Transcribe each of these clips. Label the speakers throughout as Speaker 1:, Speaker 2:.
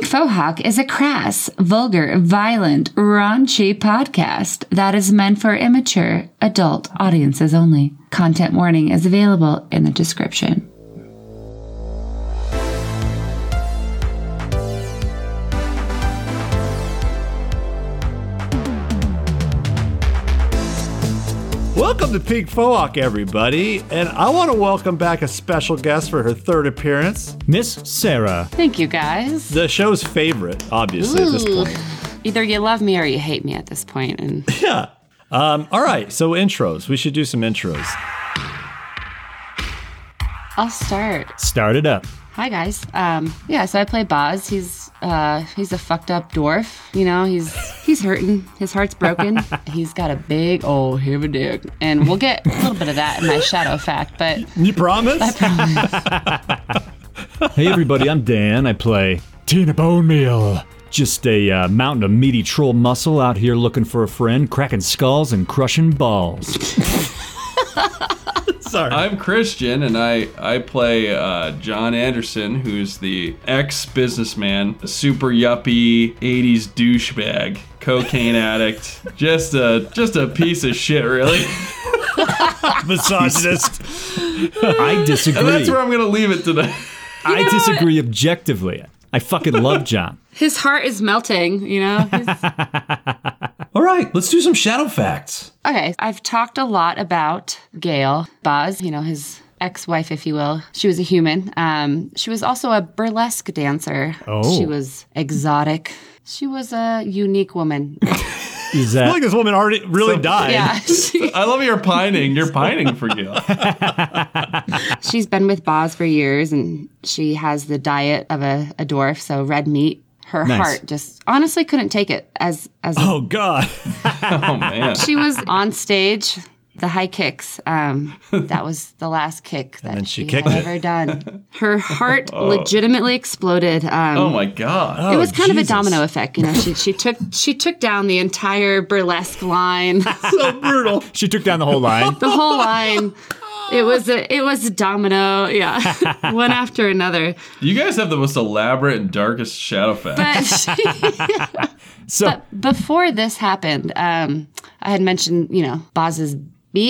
Speaker 1: Fohawk is a crass, vulgar, violent, raunchy podcast that is meant for immature adult audiences only. Content warning is available in the description.
Speaker 2: Welcome to Pink Fohawk, everybody, and I want to welcome back a special guest for her third appearance.
Speaker 3: Miss Sarah.
Speaker 4: Thank you guys.
Speaker 2: The show's favorite, obviously, at this
Speaker 4: Ooh.
Speaker 2: point.
Speaker 4: Either you love me or you hate me at this point, and
Speaker 2: Yeah. Um, all right, so intros. We should do some intros.
Speaker 4: I'll start.
Speaker 3: Start it up.
Speaker 4: Hi guys. Um, yeah, so I play Boz. He's uh, he's a fucked up dwarf. You know, he's he's hurting. His heart's broken. he's got a big old heavy dick, and we'll get a little bit of that in my shadow fact. But
Speaker 2: You promise?
Speaker 3: Hey, everybody, I'm Dan. I play Tina Bone Meal. Just a uh, mountain of meaty troll muscle out here looking for a friend, cracking skulls and crushing balls.
Speaker 2: Sorry.
Speaker 5: I'm Christian, and I I play uh, John Anderson, who's the ex-businessman, a super yuppie '80s douchebag, cocaine addict, just a just a piece of shit, really.
Speaker 2: misogynist.
Speaker 3: I disagree.
Speaker 5: And that's where I'm gonna leave it today.
Speaker 3: I disagree objectively. I fucking love John.
Speaker 4: his heart is melting. You know. He's,
Speaker 6: All right, let's do some shadow facts.
Speaker 4: Okay, I've talked a lot about Gail Boz, you know, his ex-wife, if you will. She was a human. Um, she was also a burlesque dancer.
Speaker 3: Oh.
Speaker 4: She was exotic. She was a unique woman.
Speaker 3: Is
Speaker 2: I feel like
Speaker 3: that
Speaker 2: this woman already really died.
Speaker 4: Yeah, she,
Speaker 5: I love your pining. You're pining for Gil.
Speaker 4: she's been with Boz for years, and she has the diet of a, a dwarf, so red meat. Her
Speaker 3: Nice.
Speaker 4: heart just honestly couldn't take it as as
Speaker 2: Oh, God.
Speaker 5: Oh man.
Speaker 4: she was on stage. The high kicks. Um, that was the last kick that
Speaker 2: she
Speaker 4: she,
Speaker 2: kicked
Speaker 4: had
Speaker 2: it. Oh.
Speaker 4: ever done. Her heart legitimately exploded. Um,
Speaker 5: Oh my god.
Speaker 4: it was kind of a
Speaker 2: Jesus.
Speaker 4: domino effect, you know. She she took she took down the entire burlesque line, the
Speaker 2: So brutal.
Speaker 3: she took down the whole line?
Speaker 4: whole line. It was a it was a domino, yeah, one after another.
Speaker 6: Oh.
Speaker 5: You guys have the most elaborate and darkest shadow facts.
Speaker 4: But she-
Speaker 3: So
Speaker 4: before this happened, um, I had mentioned, you know, Boz's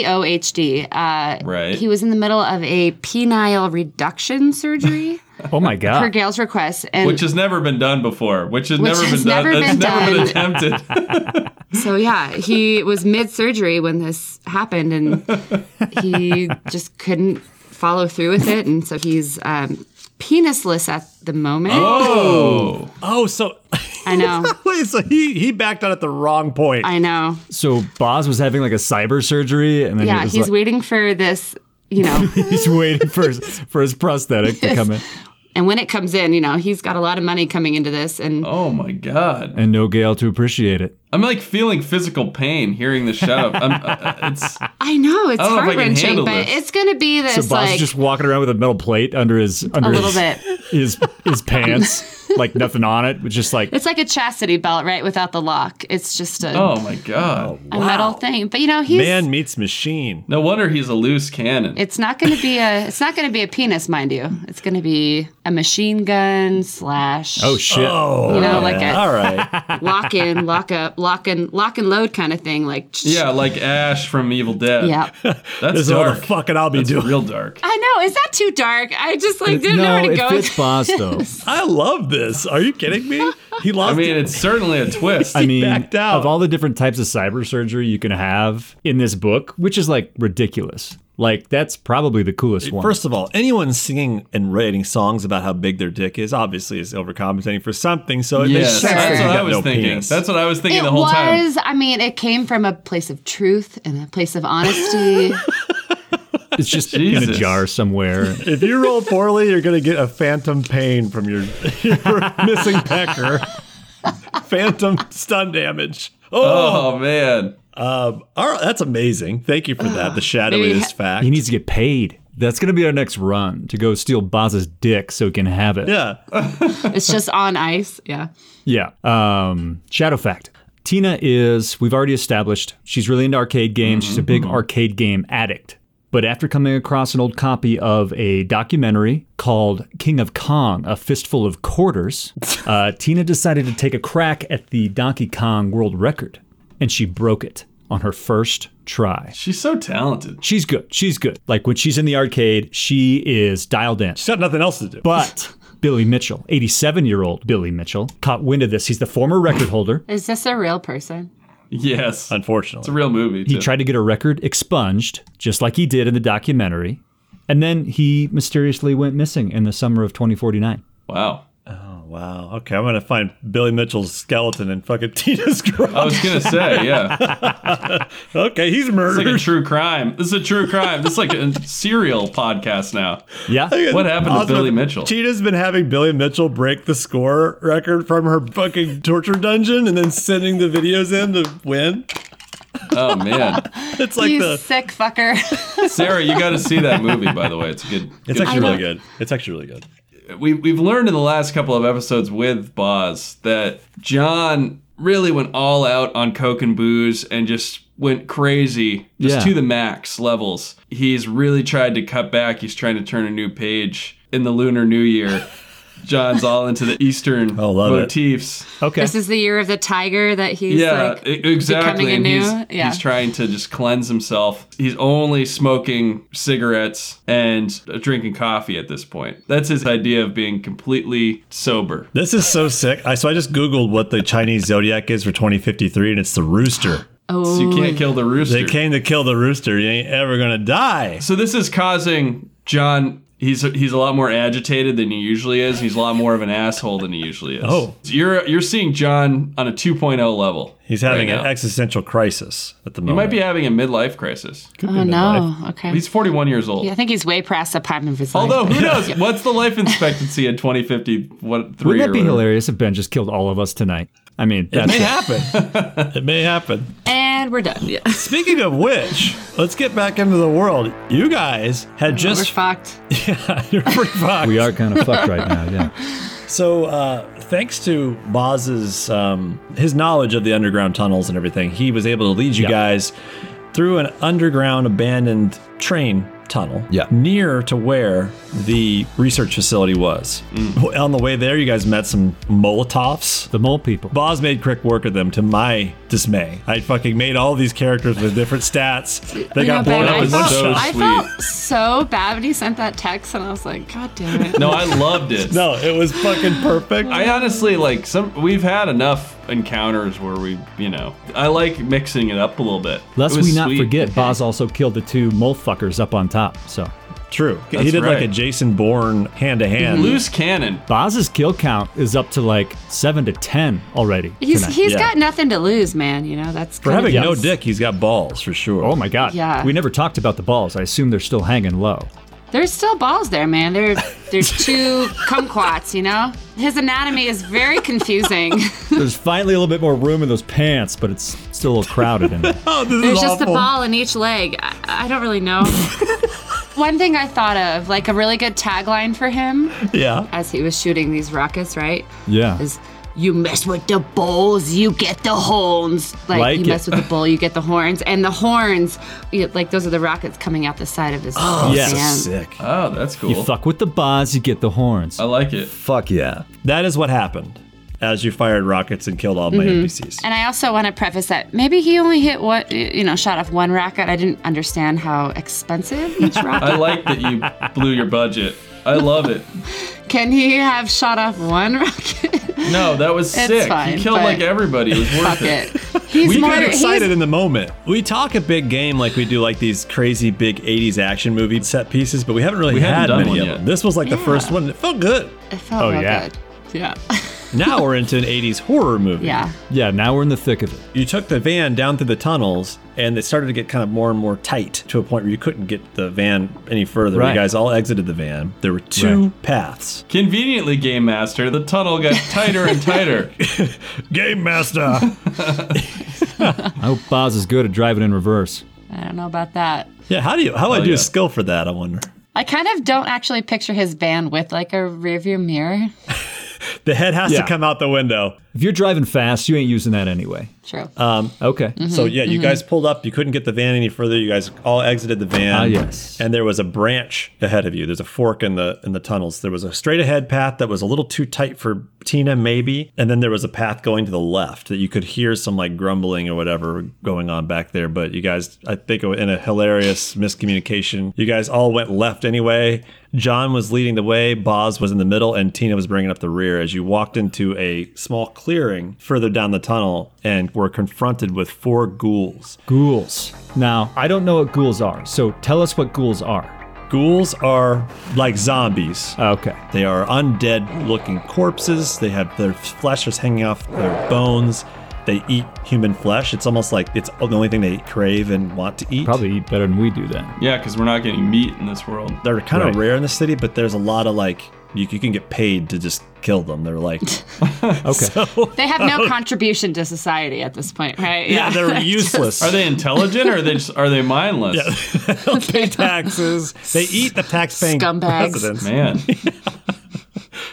Speaker 4: BOHD. Uh,
Speaker 5: Right.
Speaker 4: He was in the middle of a penile reduction surgery
Speaker 3: Oh my
Speaker 4: per
Speaker 3: god.
Speaker 4: Gail's request, and
Speaker 5: Which has never been done before. Which has
Speaker 4: Which
Speaker 5: never
Speaker 4: has
Speaker 5: been done.
Speaker 4: never
Speaker 5: That's
Speaker 4: been
Speaker 5: never been attempted.
Speaker 4: so yeah, he was mid surgery when this happened, and he just couldn't follow through with it, and so he's um, penisless at the moment.
Speaker 5: Oh.
Speaker 2: Oh, so.
Speaker 4: I know,
Speaker 2: Wait, so he, he backed out at the wrong point.
Speaker 4: I know.
Speaker 3: So Boz was having like a cyber surgery and then
Speaker 4: Yeah,
Speaker 3: he was
Speaker 4: he's
Speaker 3: like,
Speaker 4: waiting for this, you know.
Speaker 3: he's waiting for his, for his prosthetic to come in.
Speaker 4: and when it comes in, you know, he's got a lot of money coming into this, and
Speaker 5: Oh my god.
Speaker 3: And no Gale to appreciate it.
Speaker 5: I'm like feeling physical pain hearing the shout. I'm, uh, it's
Speaker 4: I know it's
Speaker 5: I don't know if I
Speaker 4: heart
Speaker 5: can
Speaker 4: wrenching,
Speaker 5: handle
Speaker 4: but
Speaker 5: this.
Speaker 4: it's gonna be this
Speaker 3: So Boz
Speaker 4: like
Speaker 3: just walking around with a metal plate under his under
Speaker 4: a little
Speaker 3: his,
Speaker 4: bit.
Speaker 3: his his pants, like nothing on it, with just like
Speaker 4: It's like a chastity belt, right? Without the lock, it's just a,
Speaker 5: oh my god.
Speaker 4: a metal thing. But you know, he's
Speaker 2: Man meets machine.
Speaker 5: No wonder he's a loose cannon.
Speaker 4: It's not going to be a. It's not going to be a penis, mind you. It's going to be a machine gun slash.
Speaker 3: oh shit.
Speaker 2: Oh,
Speaker 4: You know, like a-
Speaker 2: all right.
Speaker 4: lock in, lock up, lock in, lock and load kind of thing. Like
Speaker 5: yeah, like Ash from Evil Dead.
Speaker 4: yeah.
Speaker 5: that's
Speaker 2: This is all
Speaker 5: dark.
Speaker 2: the fucking I'll be
Speaker 5: That's
Speaker 2: doing.
Speaker 5: real dark.
Speaker 4: I know. Is that too dark? I just like didn't know
Speaker 3: no,
Speaker 4: where to
Speaker 3: it
Speaker 4: go.
Speaker 3: fits Boz though.
Speaker 2: I love this. Are you kidding me? He lost
Speaker 5: I mean,
Speaker 2: it.
Speaker 5: it's certainly a twist.
Speaker 3: I mean,
Speaker 2: backed out.
Speaker 3: of all the different types of cyber surgery you can have in this book, which is like ridiculous. Like that's probably the coolest one.
Speaker 2: First of all, anyone singing and writing songs about how big their dick is obviously is overcompensating for something. So it makes
Speaker 5: yes,
Speaker 2: sense. that
Speaker 5: that's
Speaker 2: you
Speaker 5: what I
Speaker 2: got
Speaker 5: was
Speaker 2: no
Speaker 5: thinking.
Speaker 2: penis.
Speaker 5: That's what I was thinking
Speaker 4: It
Speaker 5: the whole time.
Speaker 4: was. I mean, it came from a place of truth and a place of honesty.
Speaker 3: it's just in a
Speaker 5: Jesus.
Speaker 3: jar somewhere.
Speaker 2: if you roll poorly, you're going to get a phantom pain from your, your missing pecker, phantom stun damage. Oh,
Speaker 5: Oh man,
Speaker 2: all right, that's amazing. Thank you for that. The
Speaker 4: maybe-
Speaker 2: shadowiest fact.
Speaker 3: he needs to get paid. That's gonna be our next run to go steal Boz's dick so he can have it.
Speaker 2: yeah.
Speaker 4: it's just on ice. Yeah.
Speaker 3: Yeah. Um, shadow fact. Tina is, we've already established, she's really into arcade games. She's a big arcade game addict. But after coming across an old copy of a documentary called King of Kong, A Fistful of Quarters, uh, Tina decided to take a crack at the Donkey Kong world record, and she broke it on her first try.
Speaker 5: She's so talented.
Speaker 3: She's good. She's good. Like when she's in the arcade, she is dialed in.
Speaker 2: She's got nothing else to do.
Speaker 3: But Billy Mitchell, 87 year old Billy Mitchell, caught wind of this. He's the former record holder.
Speaker 4: Is this a real person?
Speaker 5: Yes. It's
Speaker 2: unfortunately,
Speaker 5: a real movie.
Speaker 3: He
Speaker 5: too.
Speaker 3: tried to get a record expunged, just like he did in the documentary. And then he mysteriously went missing in the summer of 2049.
Speaker 5: Wow.
Speaker 2: Wow. Okay, I'm gonna find Billy Mitchell's skeleton and fucking Tina's
Speaker 5: I
Speaker 2: garage.
Speaker 5: was gonna say, yeah. It's
Speaker 2: Okay, he's
Speaker 5: like
Speaker 2: murdered.
Speaker 5: a true crime. This is a true crime. This is like a serial podcast now.
Speaker 3: Yeah.
Speaker 5: What happened to Billy Mitchell?
Speaker 2: Tina's been having Billy Mitchell break the score record from her fucking torture dungeon and then sending the videos in to win.
Speaker 5: Oh man,
Speaker 2: It's like
Speaker 4: you
Speaker 2: the.
Speaker 4: sick fucker.
Speaker 5: Sarah, you got to see that movie. By the way, it's a good.
Speaker 2: It's
Speaker 5: good
Speaker 2: actually
Speaker 5: show.
Speaker 2: really good. It's actually really good.
Speaker 5: we, we've learned in the last couple of episodes with Boz that John really went all out on coke and booze and just went crazy just
Speaker 3: Yeah.
Speaker 5: to the max levels. He's really tried to cut back. He's trying to turn a new page in the Lunar New Year. John's all into the Eastern
Speaker 2: Oh, love it.
Speaker 5: motifs.
Speaker 3: Okay.
Speaker 4: this is the year of the tiger that he's
Speaker 5: yeah,
Speaker 4: like
Speaker 5: e- exactly.
Speaker 4: becoming
Speaker 5: And
Speaker 4: anew.
Speaker 5: he's,
Speaker 4: yeah.
Speaker 5: he's trying to just cleanse himself. He's only smoking cigarettes and uh, drinking coffee at this point. That's his idea of being completely sober.
Speaker 2: This is so sick. I so I just googled what the Chinese zodiac is for 2053, and it's the rooster.
Speaker 4: Oh.
Speaker 5: So you can't kill the rooster.
Speaker 2: They came to kill the rooster. You ain't ever gonna die.
Speaker 5: So this is causing John. He's he's a lot more agitated than he usually is. He's a lot more of an asshole than he usually is.
Speaker 2: Oh.
Speaker 5: So you're you're seeing John on a 2.0 level.
Speaker 2: He's having
Speaker 5: right
Speaker 2: an
Speaker 5: now.
Speaker 2: existential crisis at the
Speaker 5: He
Speaker 2: moment.
Speaker 5: might be having a midlife crisis.
Speaker 4: oh no. Okay.
Speaker 5: He's 41 years old.
Speaker 4: Yeah, I think he's way past the prime of his life.
Speaker 5: Although who knows? What's the life expectancy in 2050? What three?
Speaker 3: Wouldn't that
Speaker 5: or
Speaker 3: be
Speaker 5: whatever?
Speaker 3: hilarious if Ben just killed all of us tonight? I mean, that's
Speaker 2: It may happen. it may happen.
Speaker 4: and we're done. Yeah.
Speaker 2: Speaking of which, let's get back into the world. You guys had
Speaker 4: we're
Speaker 2: just
Speaker 4: fucked.
Speaker 2: you're pretty fucked.
Speaker 3: we are kind of fucked right now. Yeah.
Speaker 2: So, uh, thanks to Boz's um, his knowledge of the underground tunnels and everything, he was able to lead you
Speaker 3: Yeah.
Speaker 2: guys through an underground abandoned train tunnel
Speaker 3: Yeah.
Speaker 2: near to where the research facility was.
Speaker 3: Mm.
Speaker 2: On the way there, you guys met some Molotovs.
Speaker 3: The mole people.
Speaker 2: Boz made quick work of them to my dismay. I fucking made all these characters with different stats. They
Speaker 4: You
Speaker 2: got
Speaker 4: know,
Speaker 2: blown
Speaker 4: Ben,
Speaker 2: up
Speaker 4: I,
Speaker 2: in
Speaker 5: was
Speaker 2: one
Speaker 4: felt,
Speaker 5: so
Speaker 2: shot.
Speaker 4: I
Speaker 5: sweet.
Speaker 4: felt so bad when he sent that text, and I was like, God damn it.
Speaker 5: No, I loved it.
Speaker 2: No, it was fucking perfect.
Speaker 5: I honestly like some. We've had enough encounters where we, you know, I like mixing it up a little bit.
Speaker 3: Lest
Speaker 5: It was
Speaker 3: we not
Speaker 5: sweet.
Speaker 3: forget, Boz also killed the two mole fuckers up on top. So
Speaker 2: True.
Speaker 5: That's
Speaker 2: he did like
Speaker 5: right.
Speaker 2: a Jason Bourne hand to hand.
Speaker 5: loose cannon.
Speaker 3: Boz's kill count is up to like seven to 10 already.
Speaker 4: He's
Speaker 3: tonight.
Speaker 4: he's
Speaker 2: Yeah.
Speaker 4: got nothing to lose, man. You know that's
Speaker 2: For having
Speaker 3: Yeah.
Speaker 2: no dick, he's got balls for sure.
Speaker 3: Oh my God.
Speaker 4: Yeah.
Speaker 3: We never talked about the balls. I assume they're still hanging low.
Speaker 4: There's still balls there, man. There there's two kumquats. You know his anatomy is very confusing.
Speaker 3: There's finally a little bit more room in those pants, but it's still a little crowded in there.
Speaker 2: Oh, this
Speaker 4: There's
Speaker 2: is
Speaker 4: just the
Speaker 2: awful.
Speaker 4: ball in each leg. I, I don't really know. One thing I thought of, like a really good tagline for him
Speaker 2: Yeah.
Speaker 4: as he was shooting these rockets, right?
Speaker 3: Yeah.
Speaker 4: Is you mess with the bulls, you get the horns. Like,
Speaker 3: Like
Speaker 4: you
Speaker 3: it.
Speaker 4: mess with the bull, you get the horns, and the horns, you, like those are the rockets coming out the side of his. Oh,
Speaker 3: yes.
Speaker 6: Sick.
Speaker 5: Oh, that's cool.
Speaker 3: You fuck with the Boz, you get the horns.
Speaker 5: I like it.
Speaker 6: Fuck yeah.
Speaker 2: That is what happened as you fired rockets and killed all my NPCs.
Speaker 4: Mm-hmm. And I also want to preface that maybe he only hit what you know, shot off one rocket. I didn't understand how expensive each rocket.
Speaker 5: I like that you blew your budget. I love it.
Speaker 4: Can he have shot off one rocket?
Speaker 5: No, that was
Speaker 4: It's
Speaker 5: sick.
Speaker 4: fine,
Speaker 5: you killed
Speaker 4: but-
Speaker 5: like everybody. It was worth
Speaker 4: Fuck
Speaker 5: it.
Speaker 4: it. He's
Speaker 2: We
Speaker 4: more.
Speaker 2: got excited
Speaker 4: he's,
Speaker 2: in the moment. We talk a big game like we do, like these crazy big '80s action movie set pieces, but we haven't really
Speaker 5: We haven't
Speaker 2: had
Speaker 5: done
Speaker 2: many
Speaker 5: one
Speaker 2: of
Speaker 5: yet.
Speaker 2: them. This was like the first one. It felt good.
Speaker 4: it felt
Speaker 3: Oh,
Speaker 4: real
Speaker 3: yeah.
Speaker 4: good. Yeah.
Speaker 2: Now we're into an '80s horror movie.
Speaker 4: yeah.
Speaker 3: Yeah, now we're in the thick of it.
Speaker 2: You took the van down through the tunnels, and it started to get kind of more and more tight to a point where you couldn't get the van any further.
Speaker 3: Right.
Speaker 2: You guys all exited the van. There were two paths.
Speaker 5: Conveniently, Game Master, the tunnel got tighter and tighter.
Speaker 2: Game Master.
Speaker 3: I hope Boz is good at driving in reverse.
Speaker 4: I don't know about that.
Speaker 2: yeah, how do you how do I do
Speaker 5: yeah.
Speaker 2: a skill for that? I wonder.
Speaker 4: I kind of don't actually picture his van with like a rearview mirror.
Speaker 2: The head has
Speaker 3: Yeah.
Speaker 2: to come out the window.
Speaker 3: If you're driving fast, you ain't using that anyway.
Speaker 4: True.
Speaker 3: Okay.
Speaker 2: So yeah,
Speaker 4: Mm-hmm.
Speaker 2: you guys pulled up. You couldn't get the van any further. You guys all exited the van.
Speaker 3: Ah, yes.
Speaker 2: And there was a branch ahead of you. There's a fork in the in the tunnels. There was a straight ahead path that was a little too tight for Tina, maybe. And then there was a path going to the left that you could hear some like grumbling or whatever going on back there. But you guys, I think, in a hilarious miscommunication, you guys all went left anyway. John was leading the way, Boz was in the middle, and Tina was bringing up the rear as you walked into a small clearing further down the tunnel and were confronted with four ghouls.
Speaker 3: Ghouls. Now, I don't know what ghouls are, so tell us what ghouls are.
Speaker 2: Ghouls are like zombies.
Speaker 3: Okay.
Speaker 2: They are undead looking corpses. They have their flesh is hanging off their bones. They eat human flesh. It's almost like it's the only thing they crave and want to eat.
Speaker 3: Probably eat better than we do then.
Speaker 5: Yeah, because we're not getting meat in this world.
Speaker 2: They're kind
Speaker 3: Right.
Speaker 2: of rare in the city, but there's a lot of like, you, you can get paid to just kill them. They're like,
Speaker 3: Okay.
Speaker 4: they have no contribution to society at this point, right?
Speaker 2: yeah, they're useless.
Speaker 5: Are they intelligent or are they just, are they mindless?
Speaker 2: pay taxes. They eat the tax-paying
Speaker 4: Scumbags.
Speaker 2: residents.
Speaker 5: Man,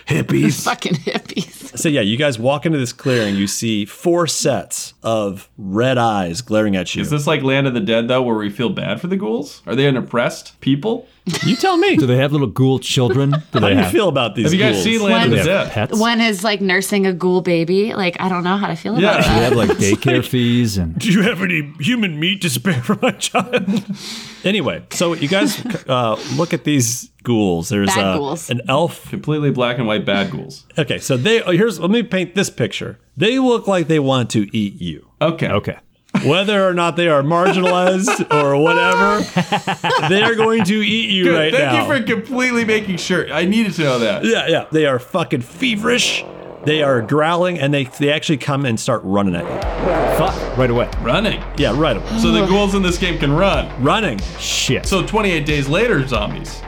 Speaker 6: Hippies.
Speaker 4: Fucking hippies.
Speaker 2: So yeah, you guys walk into this clearing. You see four sets of red eyes glaring at you.
Speaker 5: is this like Land of the Dead though, where we feel bad for the ghouls? Are they an oppressed people?
Speaker 2: you tell me.
Speaker 3: Do they have little ghoul children? Do they
Speaker 2: How do you
Speaker 3: have,
Speaker 2: feel about these?
Speaker 5: Have you guys
Speaker 2: ghouls?
Speaker 5: seen Land
Speaker 3: do
Speaker 5: of
Speaker 3: they
Speaker 5: the
Speaker 3: have
Speaker 5: Dead?
Speaker 3: pets?
Speaker 4: One is like nursing a ghoul baby. Like, I don't know how to feel about that.
Speaker 5: Yeah.
Speaker 3: they have like daycare fees and
Speaker 2: Do you have any human meat to spare for my child? anyway, so you guys uh, look at these ghouls. There's
Speaker 4: Bad
Speaker 2: uh,
Speaker 4: ghouls.
Speaker 2: an elf.
Speaker 5: Completely black and white bad ghouls.
Speaker 2: Okay, so they oh, here's. Let me paint this picture. They look like they want to eat you.
Speaker 5: Okay.
Speaker 3: okay.
Speaker 2: Whether or not they are marginalized or whatever, they are going to eat you
Speaker 5: Good.
Speaker 2: right
Speaker 5: Thank
Speaker 2: now.
Speaker 5: you for completely making sure. I needed to know that.
Speaker 2: Yeah, yeah. They are fucking feverish. They are growling, and they they actually come and start running at
Speaker 3: Fuck right away.
Speaker 5: Running.
Speaker 2: you. Yeah, right. away.
Speaker 5: So the ghouls in this game can run.
Speaker 2: Running.
Speaker 3: Shit.
Speaker 5: So 28 days later, zombies.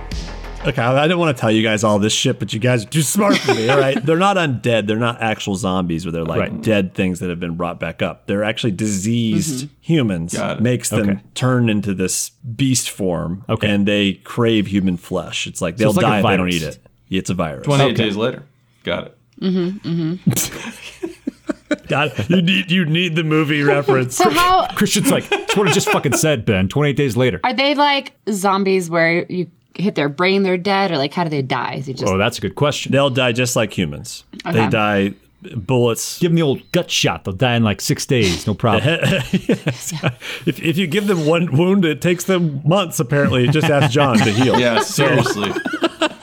Speaker 2: Okay, I I didn't want to tell you guys all this shit, but you guys are too smart for me. All right, they're not undead. They're not actual zombies, where they're like
Speaker 3: Right.
Speaker 2: dead things that have been brought back up. They're actually diseased humans.
Speaker 5: Got it.
Speaker 2: Makes them
Speaker 3: Mm-hmm. Okay.
Speaker 2: turn into this beast form.
Speaker 3: Okay.
Speaker 2: and they crave human flesh. It's like they'll
Speaker 3: it's like
Speaker 2: die
Speaker 3: a
Speaker 2: if they don't
Speaker 3: virus.
Speaker 2: eat it. It's a virus.
Speaker 5: 28 days later. Got it.
Speaker 2: God, you need you need the movie reference.
Speaker 4: So how
Speaker 3: Christian's like, that's what I just fucking said, Ben. 28 days later.
Speaker 4: are they like zombies where you hit their brain, they're dead, or like how do they die? Is it just
Speaker 3: Oh, that's a good question.
Speaker 2: They'll die just like humans. They die bullets.
Speaker 3: Give them the old gut shot. They'll die in like six days. No problem.
Speaker 2: If, if you give them one wound, it takes them months. Apparently, just ask John to heal.
Speaker 5: Yeah, seriously.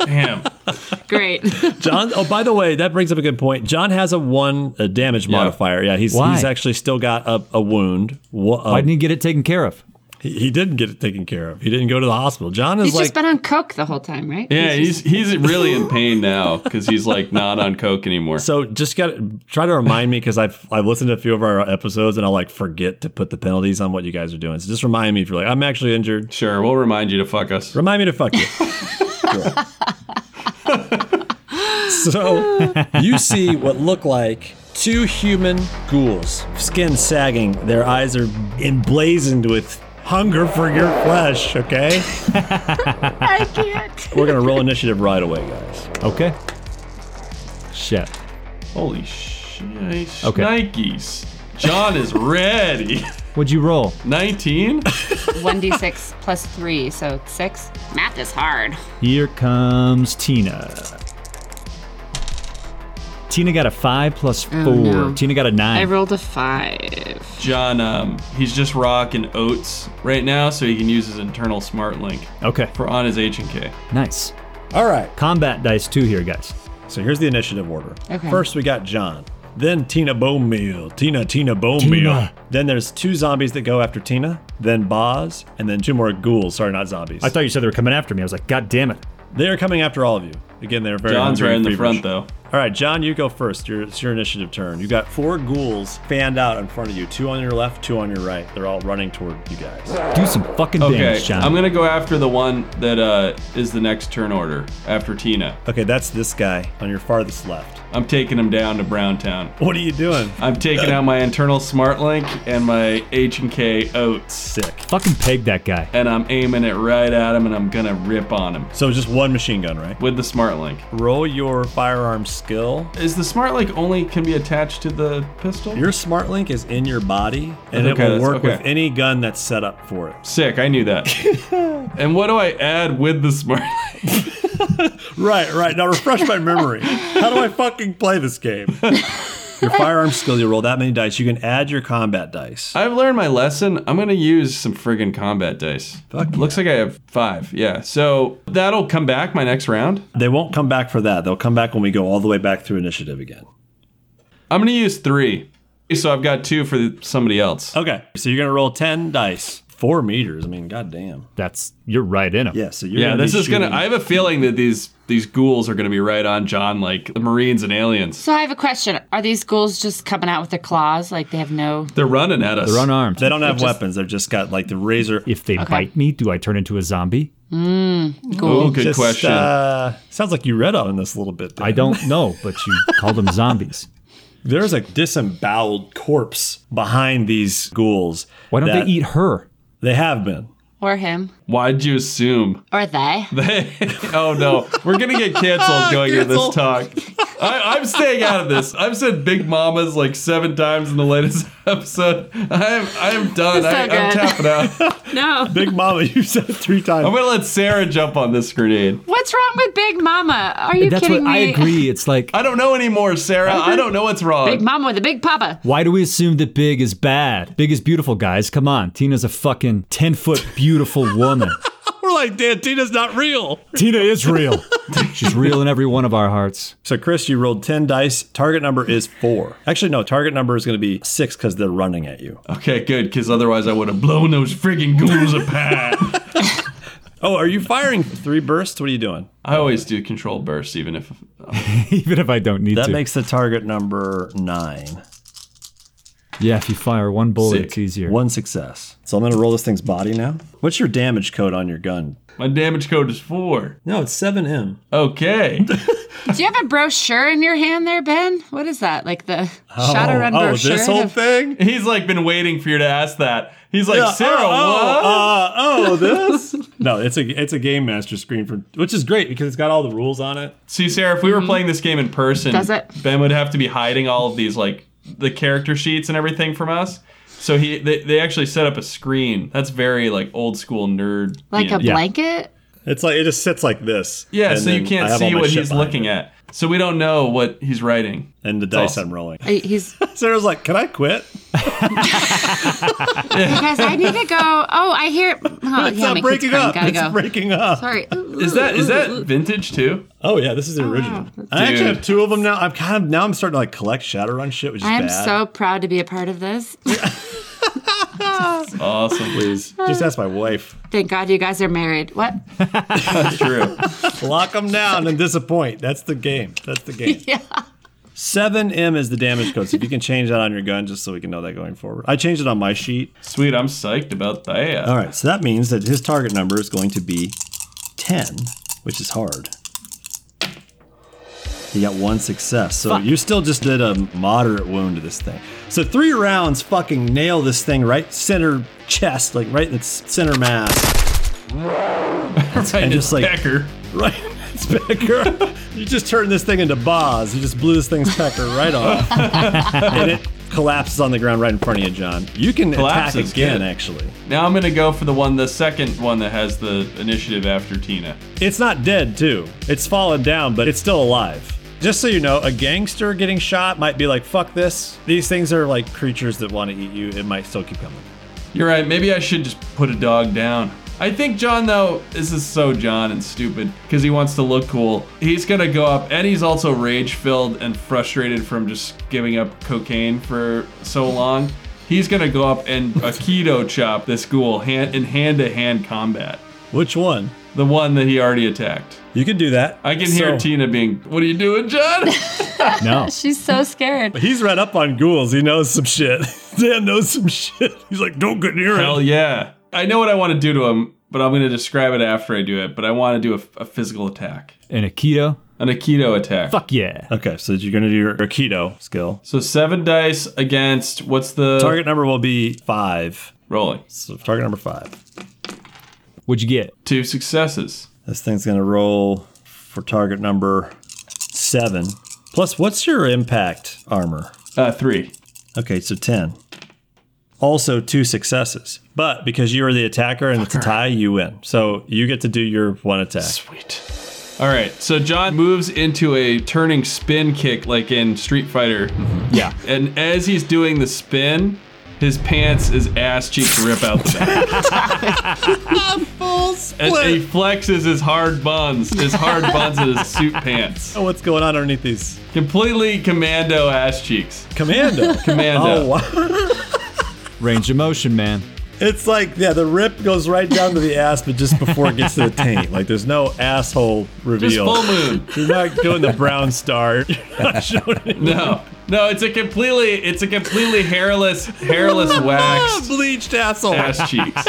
Speaker 5: Damn.
Speaker 4: great?
Speaker 2: John. Oh, by the way, that brings up a good point. John has a one a damage modifier. Yeah, he's
Speaker 3: Why?
Speaker 2: he's actually still got a, a wound. Wha- uh,
Speaker 3: Why didn't he get it taken care of?
Speaker 2: he, he didn't get it taken care of. He didn't go to the hospital. John is
Speaker 4: He's
Speaker 2: like
Speaker 4: just been on coke the whole time, right?
Speaker 5: Yeah, he's he's really in pain now because he's like not on coke anymore.
Speaker 2: so. Just got to try to remind me because I've I've listened to a few of our episodes and I'll like forget to put the penalties on what you guys are doing. So just remind me if you're like I'm actually injured.
Speaker 5: Sure, we'll remind you to fuck us.
Speaker 2: Remind me to fuck you. so you see what look like two human ghouls, skin sagging, their eyes are emblazoned with hunger for your flesh, okay?
Speaker 4: I can't.
Speaker 2: We're gonna roll initiative right away, guys.
Speaker 3: Okay. Shit.
Speaker 5: Holy shit.
Speaker 3: Okay.
Speaker 5: Nikes. John is ready.
Speaker 3: What'd you roll?
Speaker 5: 19?
Speaker 4: One d six plus three, so six. Math is hard.
Speaker 3: Here comes Tina. Tina got a five plus four.
Speaker 4: Oh, no.
Speaker 3: Tina got a
Speaker 4: I
Speaker 3: nine.
Speaker 4: rolled a five.
Speaker 5: John, um, he's just rocking oats right now, so he can use his internal smart link
Speaker 3: okay.
Speaker 5: for on his H and K.
Speaker 3: Nice.
Speaker 2: All right.
Speaker 3: Combat dice too here, guys.
Speaker 2: So here's the initiative order.
Speaker 4: Okay.
Speaker 2: First, we got John. Then Tina Bone Meal. Tina, Tina Bone Meal.
Speaker 3: Tina.
Speaker 2: Then there's two zombies that go after Tina. Then Boz, and then two more ghouls. Sorry, not zombies.
Speaker 3: I thought you said they were coming after me. I was like, God damn it.
Speaker 2: they are coming after all of you. Again, they're very.
Speaker 5: John's
Speaker 2: hungry
Speaker 5: right in
Speaker 2: and
Speaker 5: the
Speaker 2: feverish.
Speaker 5: front though.
Speaker 2: All right, John, you go first. Your, it's your initiative turn. You got four ghouls fanned out in front of you. Two on your left, two on your right. They're all running toward you guys.
Speaker 3: Do some fucking
Speaker 5: Okay,
Speaker 3: damage, John.
Speaker 5: I'm gonna go after the one that uh, is the next turn order after Tina.
Speaker 2: Okay, that's this guy on your farthest left.
Speaker 5: I'm taking him down to Browntown.
Speaker 2: What are you doing?
Speaker 5: I'm taking out my internal smart link and my H and K oats,
Speaker 2: Sick.
Speaker 3: fucking peg that guy.
Speaker 5: and I'm aiming it right at him, and I'm gonna rip on him
Speaker 2: So just one machine gun, right?
Speaker 5: with the smart link.
Speaker 2: Roll your firearms skill.
Speaker 5: Is the smart link only can be attached to the pistol?
Speaker 2: Your smart link is in your body, and
Speaker 5: Okay,
Speaker 2: it will
Speaker 5: that's-
Speaker 2: work with
Speaker 5: okay.
Speaker 2: any gun that's set up for it.
Speaker 5: Sick, I knew that. and what do I add with the smart link?
Speaker 2: Right, right. Now refresh my memory. How do I fucking play this game? your firearm skill, you roll that many dice. You can add your combat dice.
Speaker 5: I've learned my lesson. I'm gonna use some friggin' combat dice. Fuck. Looks like I have five. Yeah. So that'll come back my next round.
Speaker 2: They won't come back for that. They'll come back when we go all the way back through initiative again.
Speaker 5: I'm gonna use three. So I've got two for somebody else.
Speaker 2: Okay, so you're gonna roll ten dice. Four meters. I mean, goddamn.
Speaker 3: That's you're right in him.
Speaker 2: Yeah. So you're
Speaker 5: Yeah,
Speaker 2: Gonna
Speaker 5: this
Speaker 2: be
Speaker 5: is gonna.
Speaker 2: shooting-
Speaker 5: I have a feeling that these these ghouls are gonna be right on John, like the Marines and aliens.
Speaker 4: So I have a question. Are these ghouls just coming out with their claws? Like they have no.
Speaker 5: They're running at us.
Speaker 3: They're unarmed.
Speaker 2: They don't have weapons. They've just got like the razor.
Speaker 3: if they bite me, do I turn into a zombie?
Speaker 5: Oh, good
Speaker 2: Just,
Speaker 5: question.
Speaker 2: Uh, sounds like you read on this a little bit. There.
Speaker 3: I don't know, but you call them zombies.
Speaker 2: There's a disemboweled corpse behind these ghouls.
Speaker 3: Why don't
Speaker 2: that-
Speaker 3: they eat her?
Speaker 2: They have been.
Speaker 4: Or him.
Speaker 5: Why'd you assume?
Speaker 4: Or they.
Speaker 5: oh no, we're gonna get canceled going into this talk. I, I'm staying out of this. I've said Big Mamas like seven times in the latest episode. I'm I'm done.
Speaker 4: so
Speaker 5: I, I'm
Speaker 4: good.
Speaker 5: tapping out.
Speaker 4: No.
Speaker 2: Big Mama, you said it three times.
Speaker 5: I'm gonna let Sarah jump on this grenade.
Speaker 4: What's wrong with Big Mama? Are you
Speaker 3: That's what
Speaker 4: kidding
Speaker 3: I
Speaker 4: me?
Speaker 3: agree. It's like
Speaker 5: I don't know anymore, Sarah. I don't know what's wrong.
Speaker 4: Big Mama with a big papa.
Speaker 3: Why do we assume that big is bad? Big is beautiful, guys. Come on. Tina's a fucking 10 foot beautiful woman.
Speaker 2: We're like, Dan, Tina's not real.
Speaker 3: Tina is real. She's real in every one of our hearts.
Speaker 2: So, Chris, you rolled 10 dice. Target number is four. Actually, no, target number is going to be six because they're running at you.
Speaker 5: okay, good, because otherwise I would have blown those friggin' ghouls apart.
Speaker 2: Oh, are you firing three bursts? What are you doing?
Speaker 5: I always do control bursts, even if oh,
Speaker 3: Even if I don't need
Speaker 2: That
Speaker 3: to.
Speaker 2: makes the target number nine.
Speaker 3: yeah, if you fire one bullet,
Speaker 5: Sick.
Speaker 3: it's easier.
Speaker 2: One success. So, I'm going to roll this thing's body now. What's your damage code on your gun?
Speaker 5: my damage code is four.
Speaker 2: No, it's 7M.
Speaker 5: Okay.
Speaker 4: Do you have a brochure in your hand there, Ben? What is that? Like the Shadowrun
Speaker 2: oh,
Speaker 4: brochure?
Speaker 2: this whole thing?
Speaker 5: He's like been waiting for you to ask that. He's like, Sarah, what?
Speaker 2: oh, uh, oh, this? no, it's a it's a game master screen for which is great because it's got all the rules on it.
Speaker 5: See, Sarah, if we were playing this game in person,
Speaker 4: Mm-hmm. Does it?
Speaker 5: Ben would have to be hiding all of these like the character sheets and everything from us. So he they, they actually set up a screen. That's very like old school nerd.
Speaker 4: like a
Speaker 5: yeah.
Speaker 4: blanket?
Speaker 2: It's like it just sits like this.
Speaker 5: yeah.
Speaker 2: and
Speaker 5: So you
Speaker 2: then
Speaker 5: can't
Speaker 2: I have all
Speaker 5: see
Speaker 2: my
Speaker 5: what
Speaker 2: shit
Speaker 5: he's
Speaker 2: behind
Speaker 5: looking
Speaker 2: it.
Speaker 5: at. So we don't know what he's writing.
Speaker 2: and the dice
Speaker 5: awesome.
Speaker 2: I'm rolling.
Speaker 4: Uh, He's
Speaker 2: Sarah's like, "Can I quit?"
Speaker 4: because I need to go. Oh, I hear. Oh,
Speaker 2: It's
Speaker 4: yeah, my
Speaker 2: not
Speaker 4: kid's
Speaker 2: breaking
Speaker 4: crying.
Speaker 2: up.
Speaker 4: Gotta
Speaker 2: it's
Speaker 4: go.
Speaker 2: breaking up.
Speaker 4: Sorry. Ah,
Speaker 5: Is that is that vintage too?
Speaker 2: Oh yeah, this is the original. I actually
Speaker 5: Dude.
Speaker 2: have two of them now. I'm kind of now I'm starting to like collect Shadowrun shit, which is
Speaker 4: I am
Speaker 2: bad.
Speaker 4: so proud to be a part of this.
Speaker 5: Awesome, please.
Speaker 2: Just ask my wife.
Speaker 4: Thank God you guys are married. What?
Speaker 5: That's true.
Speaker 2: Lock them down and disappoint. That's the game. That's the game. yeah. Seven M is the damage code. So if you can change that on your gun, just so we can know that going forward. I changed it on my sheet.
Speaker 5: Sweet, I'm psyched about that.
Speaker 2: All right, so that means that his target number is going to be ten, which is hard. He got one success, so you still just did a moderate wound to this thing. So three rounds, fucking nail this thing right center chest, like right in its center mass,
Speaker 5: right,
Speaker 2: and
Speaker 5: it's
Speaker 2: just, like-
Speaker 5: Becker.
Speaker 2: right in its pecker. you just turned this thing into Boz. You just blew this thing's pecker right off, and it collapses on the ground right in front of you, John. You can
Speaker 5: Collapses,
Speaker 2: attack again,
Speaker 5: good.
Speaker 2: actually.
Speaker 5: Now I'm gonna go for the one, the second one that has the initiative after Tina.
Speaker 2: It's not dead, too. It's fallen down, but it's still alive. Just so you know, a gangster getting shot might be like, fuck this. These things are like creatures that want to eat you. It might still keep coming.
Speaker 5: You're right. Maybe I should just put a dog down. I think John, though, this is so John and stupid because he wants to look cool. He's gonna go up, and he's also rage filled and frustrated from just giving up cocaine for so long. He's gonna go up and Aikido chop this ghoul hand, in hand to hand combat.
Speaker 2: Which one?
Speaker 5: The one that he already attacked.
Speaker 2: You can do that.
Speaker 5: I can hear
Speaker 2: So-
Speaker 5: Tina being, What are you doing, John?
Speaker 3: No.
Speaker 4: She's so scared.
Speaker 2: He's read up on ghouls. He knows some shit. Dan knows some shit. He's like, don't get near
Speaker 5: Hell
Speaker 2: him.
Speaker 5: yeah. I know what I wanna do to him, but I'm gonna describe it after I do it, but I wanna do a, a physical attack.
Speaker 3: And Aikido?
Speaker 5: An Aikido attack.
Speaker 3: Fuck yeah.
Speaker 2: Okay, so you're going to do your Aikido skill.
Speaker 5: So seven dice against what's the
Speaker 2: Target number will be five.
Speaker 5: rolling?
Speaker 2: So target number five.
Speaker 3: What'd you get?
Speaker 5: Two successes.
Speaker 2: This thing's going to roll for target number seven. Plus, what's your impact armor?
Speaker 5: Uh, three.
Speaker 2: Okay, so 10. Also, two successes. But because you're the attacker and it's a tie, you win. So you get to do your one attack.
Speaker 5: Sweet. All right, so John moves into a turning spin kick like in Street Fighter.
Speaker 2: Mm-hmm.
Speaker 3: Yeah.
Speaker 5: And as he's doing the spin, his pants, his ass cheeks rip out the back. And he flexes his hard buns, his hard buns and his suit pants.
Speaker 2: Oh, what's going on underneath these?
Speaker 5: Completely commando ass cheeks.
Speaker 2: Commando.
Speaker 5: Commando.
Speaker 2: Oh, wow.
Speaker 3: Range of motion, man.
Speaker 2: It's like, yeah, the rip goes right down to the ass, but just before it gets to the taint. Like, there's no asshole reveal.
Speaker 5: Just full moon.
Speaker 2: You're not doing the brown star. You're not showing it.
Speaker 5: No, no, it's a completely, it's a completely hairless, hairless waxed
Speaker 2: Bleached asshole.
Speaker 5: ass cheeks.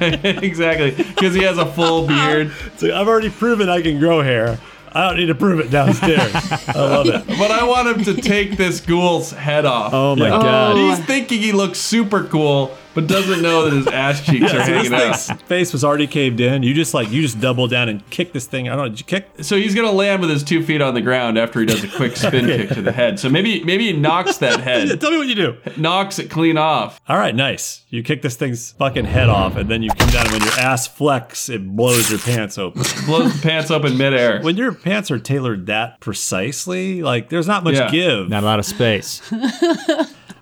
Speaker 5: exactly, because he has a full beard.
Speaker 2: So I've already proven I can grow hair. I don't need to prove it downstairs. I love it.
Speaker 5: But I want him to take this ghoul's head off.
Speaker 3: Oh my
Speaker 2: Yeah.
Speaker 3: god.
Speaker 5: He's thinking he looks super cool, but doesn't know that his ass cheeks are
Speaker 2: So this
Speaker 5: hanging out.
Speaker 2: thing's face was already caved in. You just like you just double down and kick this thing. I don't know. Did you kick?
Speaker 5: So he's gonna land with his two feet on the ground after he does a quick spin kick to the head. So maybe maybe he knocks that head,
Speaker 2: Tell me what you do.
Speaker 5: knocks it clean off.
Speaker 2: All right, nice. You kick this thing's fucking head off, and then you come down. And when your ass flex, it blows your pants open.
Speaker 5: blows the pants up in midair.
Speaker 2: when your pants are tailored that precisely, like there's not much
Speaker 5: Yeah.
Speaker 2: give.
Speaker 3: Not a lot of space.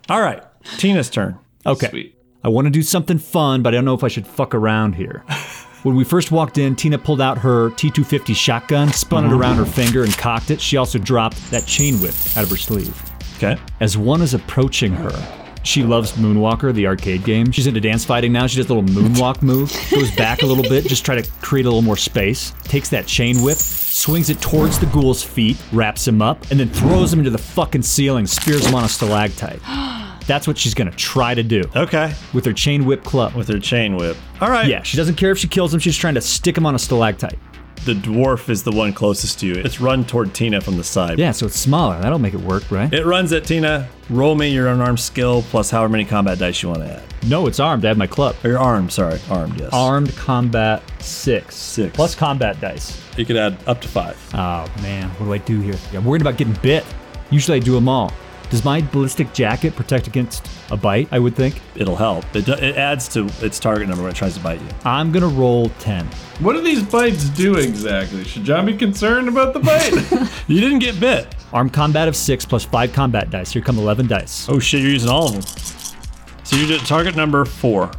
Speaker 2: All right, Tina's turn.
Speaker 3: Okay.
Speaker 5: Sweet.
Speaker 3: I want to do something fun, but I don't know if I should fuck around here. When we first walked in, Tina pulled out her T250 shotgun, spun it around her finger, and cocked it. She also dropped that chain whip out of her sleeve.
Speaker 2: Okay.
Speaker 3: As one is approaching her, she loves Moonwalker, the arcade game. She's into dance fighting now. She does a little moonwalk move, goes back a little bit, just try to create a little more space. Takes that chain whip, swings it towards the ghoul's feet, wraps him up, and then throws him into the fucking ceiling, spears him on a stalactite. That's what she's gonna try to do
Speaker 2: Okay.
Speaker 3: with her chain whip club.
Speaker 2: With her chain whip. All right.
Speaker 3: Yeah, she doesn't care if she kills him. She's trying to stick him on a stalactite.
Speaker 2: The dwarf is the one closest to you. It's run toward Tina from the side.
Speaker 3: Yeah, so it's smaller. That'll make it work, right?
Speaker 2: It runs at Tina. Roll me your unarmed skill plus however many combat dice you want to add.
Speaker 3: no, it's armed. I have my club.
Speaker 2: Or your arm, sorry. Armed, yes.
Speaker 3: Armed combat six.
Speaker 2: Six.
Speaker 3: Plus combat dice.
Speaker 2: You could add up to five.
Speaker 3: Oh, man. What do I do here? I'm worried about getting bit. Usually I do them all. Does my ballistic jacket protect against a bite? I would think.
Speaker 2: It'll help. It, do- it adds to its target number when it tries to bite you.
Speaker 3: I'm going to roll 10.
Speaker 5: What do these bites do exactly? Should John be concerned about the bite?
Speaker 2: You didn't get bit.
Speaker 3: Armed combat of six plus five combat dice. Here come 11 dice.
Speaker 2: Oh shit, you're using all of them. So you did target number four.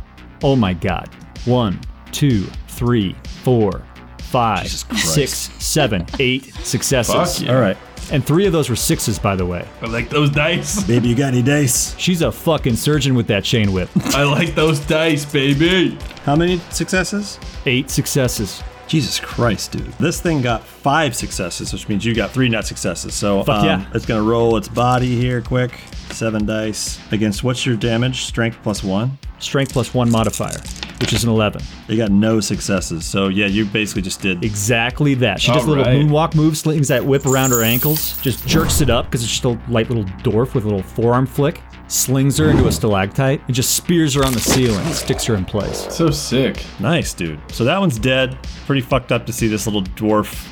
Speaker 3: Oh my god. One, two, three, four, five,
Speaker 2: Jesus Christ.
Speaker 3: six, seven, eight successes.
Speaker 5: Fuck yeah.
Speaker 2: All right.
Speaker 3: And three of those were sixes, by the way.
Speaker 5: I like those dice.
Speaker 2: Baby, you got any dice?
Speaker 3: She's a fucking surgeon with that chain whip.
Speaker 5: I like those dice, baby.
Speaker 2: How many successes?
Speaker 3: Eight successes.
Speaker 2: Jesus Christ, dude. This thing got five successes, which means you got three net successes. So
Speaker 3: Fuck
Speaker 2: um,
Speaker 3: yeah.
Speaker 2: it's going to roll its body here quick. Seven dice. Against what's your damage? Strength plus one?
Speaker 3: Strength plus one modifier, which is an 11.
Speaker 2: They got no successes. So yeah, you basically just did.
Speaker 3: Exactly that. She does a
Speaker 5: All
Speaker 3: little
Speaker 5: right.
Speaker 3: moonwalk move, slings that whip around her ankles, just jerks it up because it's just a light little dwarf with a little forearm flick, slings her into a stalactite, and just spears her on the ceiling, sticks her in place.
Speaker 5: So sick.
Speaker 2: Nice, dude. So that one's dead. Pretty fucked up to see this little dwarf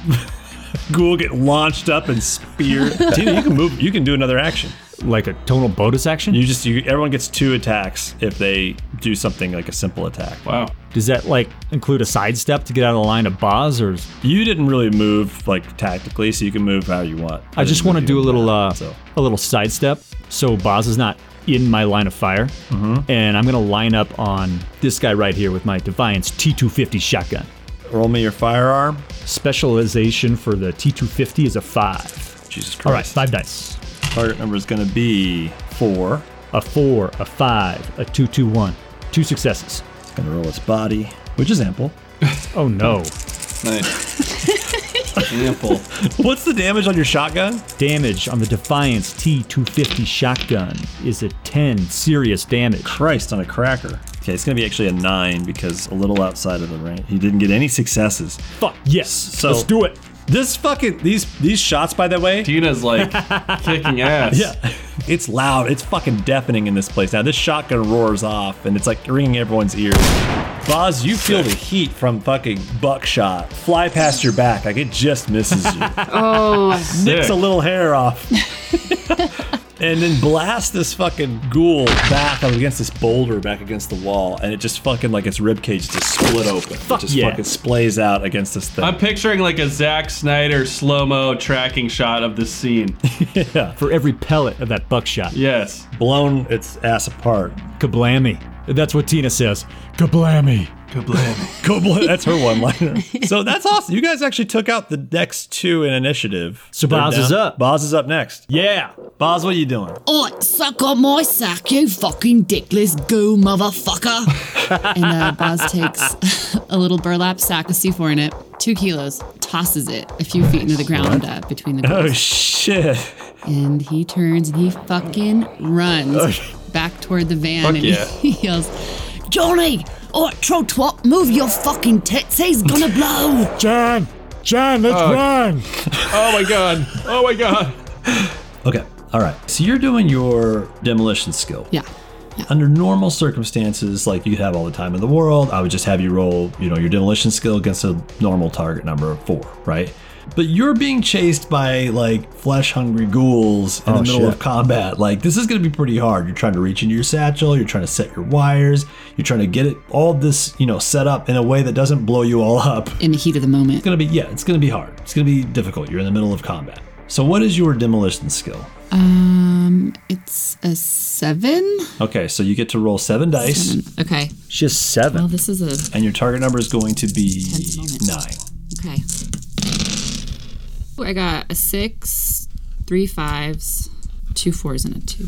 Speaker 2: ghoul get launched up and speared. Tina, you can move. You can do another action.
Speaker 3: Like a tonal bonus action?
Speaker 2: You just you, everyone gets two attacks if they do something like a simple attack.
Speaker 5: Wow.
Speaker 3: Does that like include a sidestep to get out of the line of Boz, or is-
Speaker 2: You didn't really move like tactically, so you can move how you want.
Speaker 3: I just
Speaker 2: didn't
Speaker 3: want to
Speaker 2: move
Speaker 3: do a
Speaker 2: you
Speaker 3: little
Speaker 2: down,
Speaker 3: uh,
Speaker 2: so.
Speaker 3: a little sidestep, so Boz is not in my line of fire, and I'm gonna line up on this guy right here with my Defiance T250 shotgun.
Speaker 2: Roll me your firearm.
Speaker 3: Specialization for the T250 is a five.
Speaker 2: Jesus Christ.
Speaker 3: All right, five dice.
Speaker 2: Target number is going to be four.
Speaker 3: A four, a five, a two, two, one. Two successes.
Speaker 2: It's going to roll its body, which is ample.
Speaker 3: Oh no.
Speaker 5: Nice. Ample.
Speaker 2: What's the damage on your shotgun?
Speaker 3: Damage on the Defiance T250 shotgun is a 10 serious damage.
Speaker 2: Christ on a cracker. Okay, it's going to be actually a nine because a little outside of the range. He didn't get any successes.
Speaker 3: Fuck, yes.
Speaker 2: So-
Speaker 3: Let's do it.
Speaker 2: This fucking these these shots, by the way.
Speaker 5: Tina's like kicking ass.
Speaker 2: Yeah. It's loud. It's fucking deafening in this place. Now this shotgun roars off and it's like ringing everyone's ears. Boz, you feel the heat from fucking buckshot fly past your back. Like it just misses you.
Speaker 4: Oh,
Speaker 2: Nips a little hair off. and then blast this fucking ghoul back up against this boulder back against the wall. And it just fucking like its ribcage just split open. it just
Speaker 3: yeah.
Speaker 2: fucking splays out against this thing.
Speaker 5: I'm picturing like a Zack Snyder slow mo tracking shot of this scene.
Speaker 3: for every pellet of that buckshot.
Speaker 5: Yes.
Speaker 2: Blown its ass apart.
Speaker 3: Kablammy. That's what Tina says. Kablammy.
Speaker 2: Goblet. That's her one liner. so that's awesome. You guys actually took out the next two in initiative.
Speaker 3: So
Speaker 2: They're
Speaker 3: Boz is
Speaker 2: down.
Speaker 3: up.
Speaker 2: Boz is up next.
Speaker 3: Yeah.
Speaker 2: Boz, what are you doing?
Speaker 7: Oi, suck on my sack, you fucking dickless goo motherfucker. and uh, Boz takes a little burlap sack with C4 in it, two kilos, tosses it a few feet into the ground uh, between the
Speaker 2: Oh
Speaker 7: girls.
Speaker 2: shit.
Speaker 7: and he turns and he fucking runs back toward the van and
Speaker 5: yeah.
Speaker 7: he yells, Johnny, oi, troll twat, move your fucking tits, he's gonna blow.
Speaker 3: John. John, let's run.
Speaker 5: Oh my god. Oh my god.
Speaker 2: Okay. All right. So you're doing your demolition skill.
Speaker 7: Yeah.
Speaker 2: Under normal circumstances, like you could have all the time in the world, I would just have you roll, you know, your demolition skill against a normal target number of four, right? But you're being chased by like flesh hungry ghouls in the middle
Speaker 3: shit.
Speaker 2: of combat. Like this is going to be pretty hard. You're trying to reach into your satchel. You're trying to set your wires. You're trying to get it all this, you know, set up in a way that doesn't blow you all up.
Speaker 7: In the heat of the moment.
Speaker 2: It's gonna be yeah, it's gonna be hard. It's gonna be difficult. You're in the middle of combat. So what is your demolition skill?
Speaker 7: Um, it's a seven?
Speaker 2: Okay, so you get to roll seven dice,
Speaker 7: Okay.
Speaker 3: She has seven.
Speaker 7: Well, this is a.
Speaker 2: and your target number is going to be
Speaker 7: Tense moment.
Speaker 2: nine.
Speaker 7: Okay. Ooh, I got a six, three fives, two fours, and a two.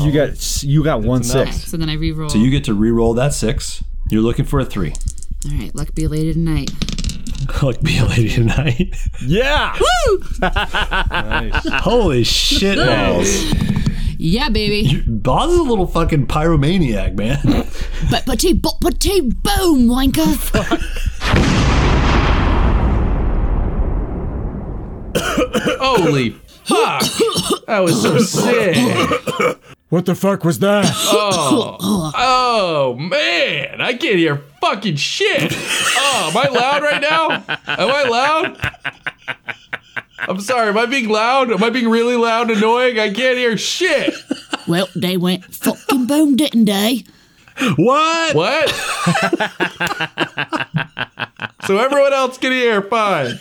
Speaker 3: You got you got one
Speaker 7: Okay, so then I reroll.
Speaker 2: So you get to re-roll that six. You're looking for a three.
Speaker 7: All right, luck be later tonight.
Speaker 2: Like be a lady tonight.
Speaker 3: Yeah.
Speaker 2: Holy shit, balls!
Speaker 7: Yeah, baby.
Speaker 2: Boz is a little fucking pyromaniac, man.
Speaker 7: but but two, but but two, boom, wanker.
Speaker 5: Holy fuck. That was so sick.
Speaker 3: What the fuck was that?
Speaker 5: Oh man, I can't hear fucking shit. Oh, am I loud right now? Am I loud? I'm sorry, am I being loud? Am I being really loud and annoying? I can't hear shit.
Speaker 7: well, they went fucking boom, didn't they?
Speaker 2: what?
Speaker 5: What? so everyone else can hear fine.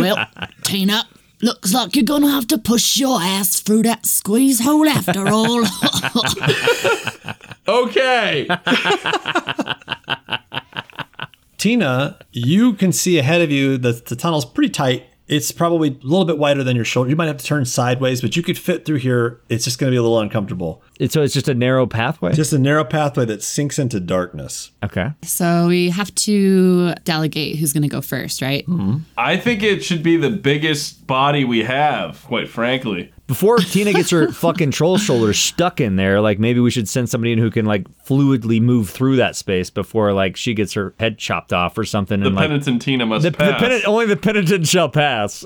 Speaker 7: Well, Tina, looks like you're gonna have to push your ass through that squeeze hole after all.
Speaker 5: Okay.
Speaker 2: Tina, you can see ahead of you that the tunnel's pretty tight. It's probably a little bit wider than your shoulder. You might have to turn sideways, but you could fit through here. It's just going to be a little uncomfortable.
Speaker 8: It's, so it's just a narrow pathway.
Speaker 2: Just a narrow pathway that sinks into darkness.
Speaker 8: okay.
Speaker 7: so we have to delegate who's gonna go first, right?
Speaker 5: I think it should be the biggest body we have, quite frankly.
Speaker 8: Before Tina gets her fucking troll shoulder stuck in there, like maybe we should send somebody in who can like fluidly move through that space before like she gets her head chopped off or something.
Speaker 5: The
Speaker 8: and, like,
Speaker 5: penitent Tina must
Speaker 8: the, the
Speaker 5: pass.
Speaker 8: penitent, only the penitent shall pass.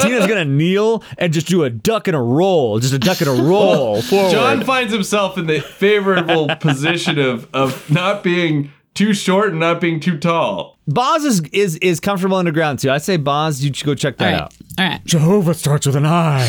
Speaker 8: Tina's gonna kneel and just do a duck and a roll, just a duck and a roll forward.
Speaker 5: John finds himself in the favorable position of of not being too short and not being too tall.
Speaker 8: Boz is, is is comfortable underground too. I say Boz, you should go check that
Speaker 7: All right,
Speaker 8: out.
Speaker 7: all right.
Speaker 3: Jehovah starts with an I.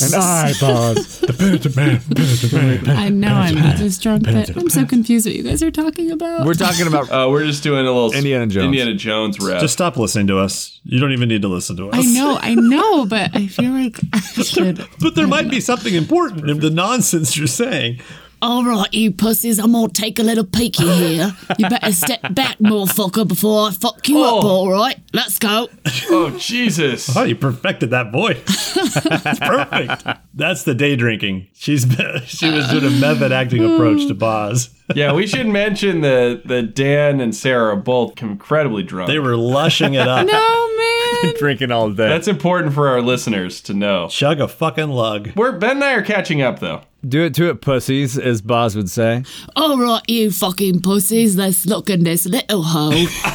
Speaker 3: An I, Boz. the penitent man. Penitent man.
Speaker 7: I know I'm not so strong, but I'm so confused what you guys are talking about.
Speaker 8: We're talking about
Speaker 5: Uh, we're just doing a little
Speaker 8: Indiana Jones.
Speaker 5: Indiana Jones rap.
Speaker 2: Just stop listening to us. You don't even need to listen to us.
Speaker 7: I know, I know, but I feel like I should.
Speaker 2: But there might be something important in the nonsense you're saying.
Speaker 7: All right, you pussies, I'm gonna take a little peeky here. You better step back, motherfucker, before I fuck you up.
Speaker 5: Oh.
Speaker 7: All right, let's go.
Speaker 5: oh Jesus!
Speaker 2: Oh, you perfected that voice. It's perfect. That's the day drinking. She's she was doing a method acting approach to Boz.
Speaker 5: Yeah, we should mention that that Dan and Sarah are both incredibly drunk.
Speaker 2: They were lushing it up.
Speaker 7: Oh man,
Speaker 8: drinking all day.
Speaker 5: That's important for our listeners to know.
Speaker 2: Chug a fucking lug.
Speaker 5: We're Ben and I are catching up though.
Speaker 8: do it to it, pussies, as Boz would say.
Speaker 7: all right, you fucking pussies, let's look in this little hole.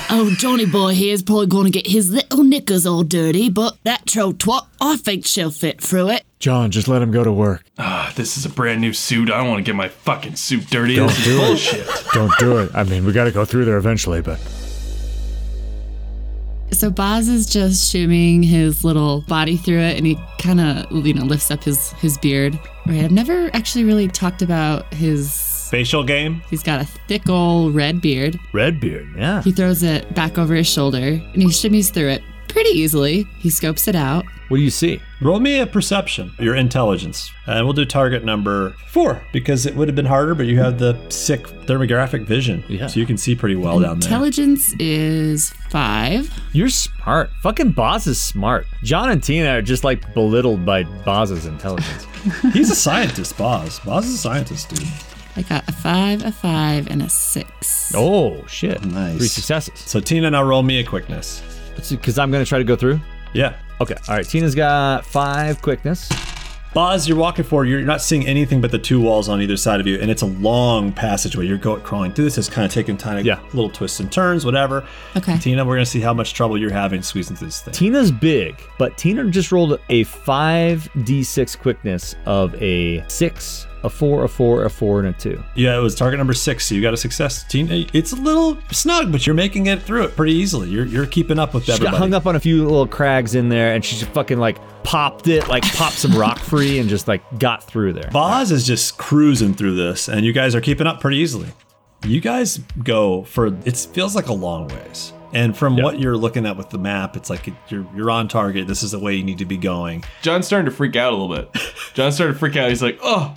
Speaker 7: oh, Johnny boy here's probably gonna get his little knickers all dirty, but that troll twat, I think she'll fit through it.
Speaker 9: John, just let him go to work.
Speaker 5: Ah, this is a brand new suit. I don't want to get my fucking suit dirty. This is bullshit.
Speaker 9: Don't do it. I mean, we got to go through there eventually, but
Speaker 7: So Boz is just shimmying his little body through it, and he kind of, you know, lifts up his his beard. Right. I've never actually really talked about his.
Speaker 2: Facial game.
Speaker 7: He's got a thick old red beard.
Speaker 8: Redbeard, yeah.
Speaker 7: He throws it back over his shoulder, and he shimmies through it pretty easily. He scopes it out.
Speaker 8: What do you see?
Speaker 2: Roll me a perception, your intelligence, and we'll do target number four because it would have been harder, but you have the sick thermographic vision, yeah. so you can see pretty well down there.
Speaker 7: Intelligence is five.
Speaker 8: You're smart. Fucking Boz is smart. John and Tina are just like belittled by Boz's intelligence.
Speaker 2: He's a scientist, Boz. Boz is a scientist, dude.
Speaker 7: I got a five, a five, and a six.
Speaker 8: oh, shit.
Speaker 2: Nice.
Speaker 8: Three successes.
Speaker 2: So Tina, now roll me a quickness.
Speaker 8: Because I'm going to try to go through.
Speaker 2: Yeah.
Speaker 8: Okay. All right. Tina's got five quickness.
Speaker 2: Boz, you're walking forward. You're not seeing anything but the two walls on either side of you, and it's a long passageway. You're going crawling through this. It's kind of taking time,
Speaker 8: Yeah.
Speaker 2: little twists and turns, whatever.
Speaker 7: Okay.
Speaker 2: Tina, we're gonna see how much trouble you're having squeezing through this thing.
Speaker 8: Tina's big, but Tina just rolled a 5d6 quickness of a 6, a 4, a 4, a 4, and a 2.
Speaker 2: Yeah, it was target number six, so you got a success. Tina, it's a little snug, but you're making it through it pretty easily. You're you're keeping up with
Speaker 8: She got
Speaker 2: everybody.
Speaker 8: hung up on a few little crags in there, and she just fucking like popped it, like popped some rock free, and just like got through there.
Speaker 2: Boz is just cruising through this, and you guys are keeping up pretty easily. You guys go for it feels like a long ways, and from what you're looking at with the map, it's like you're you're on target. This is the way you need to be going.
Speaker 5: John's starting to freak out a little bit. John's starting to freak out. He's like, oh,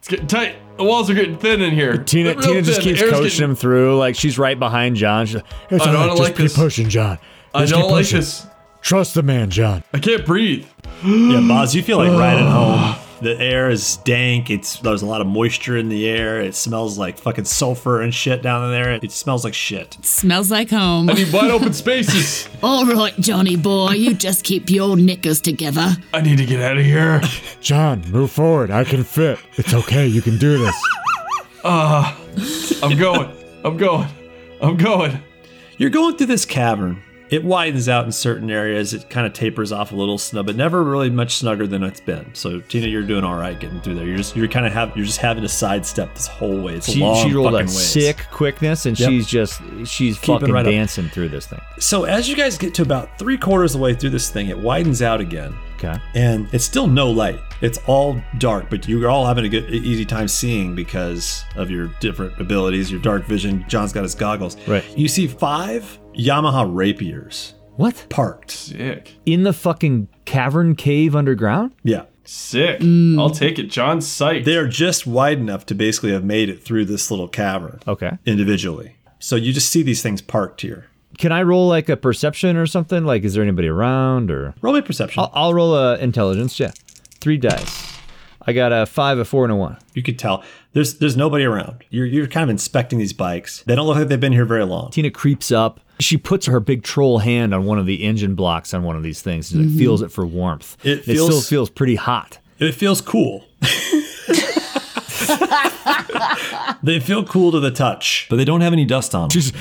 Speaker 5: it's getting tight. The walls are getting thin in here.
Speaker 3: Tina-
Speaker 5: Real
Speaker 8: Tina just
Speaker 5: thin.
Speaker 8: keeps
Speaker 5: Air's
Speaker 8: coaching
Speaker 5: getting-
Speaker 8: him through. Like she's right behind John. She's like,
Speaker 9: it's
Speaker 5: I
Speaker 9: all
Speaker 5: don't
Speaker 9: right. Just
Speaker 5: like
Speaker 9: keep
Speaker 5: this.
Speaker 9: pushing, John.
Speaker 5: I
Speaker 9: Just
Speaker 5: don't
Speaker 9: keep
Speaker 5: like
Speaker 9: pushing.
Speaker 5: this.
Speaker 9: Trust the man, John.
Speaker 5: I can't breathe.
Speaker 2: Yeah, Boz, you feel like right at home. The air is dank. It's there's a lot of moisture in the air. It smells like fucking sulfur and shit down there. It smells like shit.
Speaker 7: Smells like home.
Speaker 5: I need wide open spaces.
Speaker 7: All right, Johnny boy, you just keep your knickers together.
Speaker 5: I need to get out of here.
Speaker 9: John, move forward. I can fit. It's okay. You can do this.
Speaker 5: I'm going. I'm going. I'm going.
Speaker 2: You're going through this cavern. It widens out in certain areas. It kind of tapers off a little snug, but never really much snugger than it's been. So Tina, you're doing all right getting through there. You're just you're kind of have you're just having to sidestep this whole way. It's a
Speaker 8: She,
Speaker 2: long
Speaker 8: she rolled a
Speaker 2: fucking ways.
Speaker 8: sick quickness, and
Speaker 2: Yep.
Speaker 8: she's just she's
Speaker 2: Keeping
Speaker 8: fucking
Speaker 2: right up.
Speaker 8: dancing through this thing.
Speaker 2: So as you guys get to about three quarters of the way through this thing, it widens out again,
Speaker 8: Okay.
Speaker 2: and it's still no light. It's all dark, but you're all having a good e-, easy time seeing because of your different abilities, your dark vision. John's got his goggles.
Speaker 8: Right.
Speaker 2: You see five Yamaha rapiers
Speaker 8: What
Speaker 2: parked.
Speaker 5: Sick.
Speaker 8: in the fucking cavern cave underground?
Speaker 2: Yeah.
Speaker 5: Sick. I'll take it. John's psyched.
Speaker 2: They're just wide enough to basically have made it through this little cavern
Speaker 8: Okay.
Speaker 2: individually. So you just see these things parked here.
Speaker 8: Can I roll like a perception or something? Like, is there anybody around or?
Speaker 2: Roll me perception.
Speaker 8: I'll, I'll roll a intelligence. Yeah, three dice. I got a five, a four, and a one.
Speaker 2: You could tell there's there's nobody around. You're you're kind of inspecting these bikes. They don't look like they've been here very long.
Speaker 8: Tina creeps up. She puts her big troll hand on one of the engine blocks on one of these things. And It feels it for warmth.
Speaker 2: It
Speaker 8: it still
Speaker 2: feels-
Speaker 8: feels pretty hot.
Speaker 2: It feels cool. they feel cool to the touch, but they don't have any dust on them.
Speaker 9: Jesus.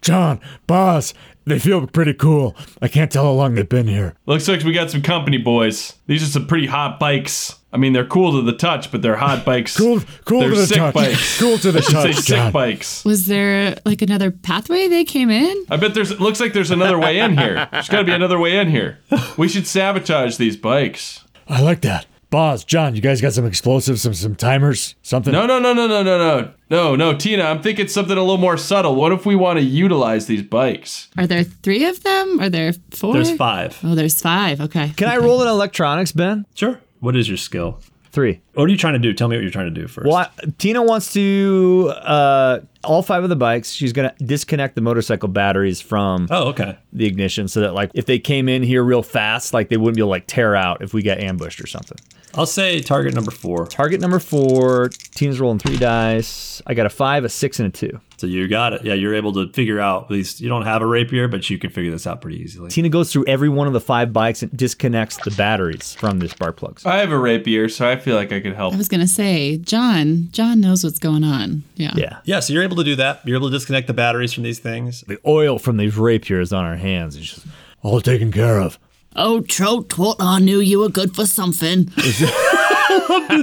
Speaker 9: John, boss, they feel pretty cool. I can't tell how long they've been here.
Speaker 5: Looks like we got some company, boys. These are some pretty hot bikes. I mean, they're cool to the touch, but they're hot bikes.
Speaker 9: Cool, cool
Speaker 5: they're
Speaker 9: to the
Speaker 5: sick
Speaker 9: touch.
Speaker 5: Bikes.
Speaker 9: Cool to the
Speaker 5: I should
Speaker 9: touch,
Speaker 5: say
Speaker 9: John.
Speaker 5: sick bikes.
Speaker 7: Was there like another pathway they came in?
Speaker 5: I bet there's. It looks like there's another way in here. There's got to be another way in here. We should sabotage these bikes.
Speaker 9: I like that. Boss, John, you guys got some explosives, some some timers, something.
Speaker 5: No, no, no, no, no, no, no, no, no, Tina. I'm thinking something a little more subtle. What if we want to utilize these bikes?
Speaker 7: Are there three of them? Are there four?
Speaker 2: There's five.
Speaker 7: Oh, there's five. Okay.
Speaker 8: Can I roll an electronics, Ben?
Speaker 2: Sure. What is your skill?
Speaker 8: Three.
Speaker 2: What are you trying to do? Tell me what you're trying to do first.
Speaker 8: Well, I- Tina wants to uh, all five of the bikes. She's gonna disconnect the motorcycle batteries from
Speaker 2: Oh, okay.
Speaker 8: the ignition, so that like if they came in here real fast, like they wouldn't be able to like tear out if we got ambushed or something.
Speaker 2: I'll say target number four.
Speaker 8: Target number four. Tina's rolling three dice. I got a five, a six, and a two.
Speaker 2: So you got it. Yeah, you're able to figure out. At least you don't have a rapier, but you can figure this out pretty easily.
Speaker 8: Tina goes through every one of the five bikes and disconnects the batteries from the spark plugs.
Speaker 5: I have a rapier, so I feel like I could help.
Speaker 7: I was gonna say, John. John knows what's going on. Yeah.
Speaker 8: Yeah.
Speaker 2: Yeah, so you're able to do that. You're able to disconnect the batteries from these things.
Speaker 8: The oil from these rapiers on our hands. It's just,
Speaker 9: All taken care of.
Speaker 7: Oh, troll twat, I knew you were good for something.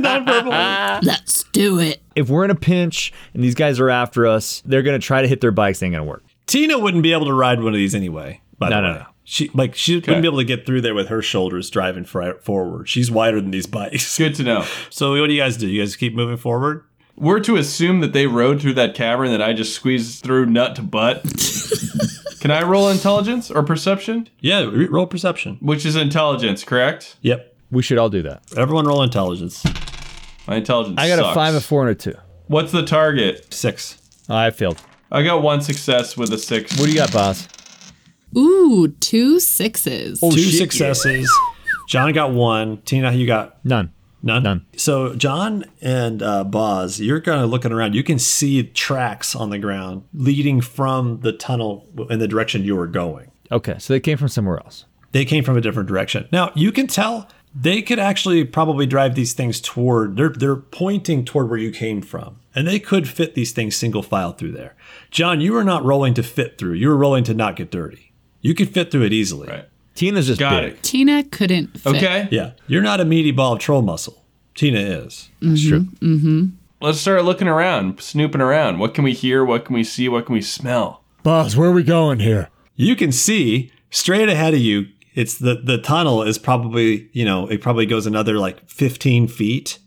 Speaker 7: Let's do it.
Speaker 8: If we're in a pinch and these guys are after us, they're gonna try to hit their bikes. Ain't gonna work.
Speaker 2: Tina wouldn't be able to ride one of these anyway. By
Speaker 8: No,
Speaker 2: the
Speaker 8: no,
Speaker 2: way.
Speaker 8: no.
Speaker 2: She like she wouldn't be able to get through there with her shoulders driving fri- forward. She's wider than these bikes.
Speaker 5: Good to know.
Speaker 2: So what do you guys do? You guys keep moving forward.
Speaker 5: We're to assume that they rode through that cavern that I just squeezed through nut to butt. Can I roll intelligence or perception?
Speaker 2: Yeah, re- roll perception.
Speaker 5: Which is intelligence, correct?
Speaker 2: Yep.
Speaker 8: We should all do that.
Speaker 2: Everyone roll intelligence.
Speaker 5: My intelligence.
Speaker 8: I got a
Speaker 5: sucks.
Speaker 8: five, a four, and a two.
Speaker 5: What's the target?
Speaker 2: Six.
Speaker 8: I failed.
Speaker 5: I got one success with a six.
Speaker 8: What do you got, boss?
Speaker 7: Ooh, two sixes.
Speaker 2: Two
Speaker 8: shit,
Speaker 2: successes. John got one. Tina, you got
Speaker 8: None.
Speaker 2: none.
Speaker 8: None.
Speaker 2: So John and uh, Boz, you're kind of looking around. You can see tracks on the ground leading from the tunnel in the direction you were going.
Speaker 8: Okay, so they came from somewhere else.
Speaker 2: They came from a different direction. Now you can tell they could actually probably drive these things toward. They're they're pointing toward where you came from, and they could fit these things single file through there. John, you were not rolling to fit through. You were rolling to not get dirty. You could fit through it easily.
Speaker 5: Right.
Speaker 8: Tina's just
Speaker 5: Got
Speaker 8: big.
Speaker 5: it.
Speaker 7: Tina couldn't fit.
Speaker 5: Okay.
Speaker 2: Yeah, you're not a meaty ball of troll muscle. Tina is.
Speaker 8: That's true.
Speaker 5: Let's start looking around, snooping around. What can we hear? What can we see? What can we smell?
Speaker 9: Boss, where are we going here?
Speaker 2: You can see straight ahead of you. It's the the tunnel is probably you know it probably goes another like 15 feet,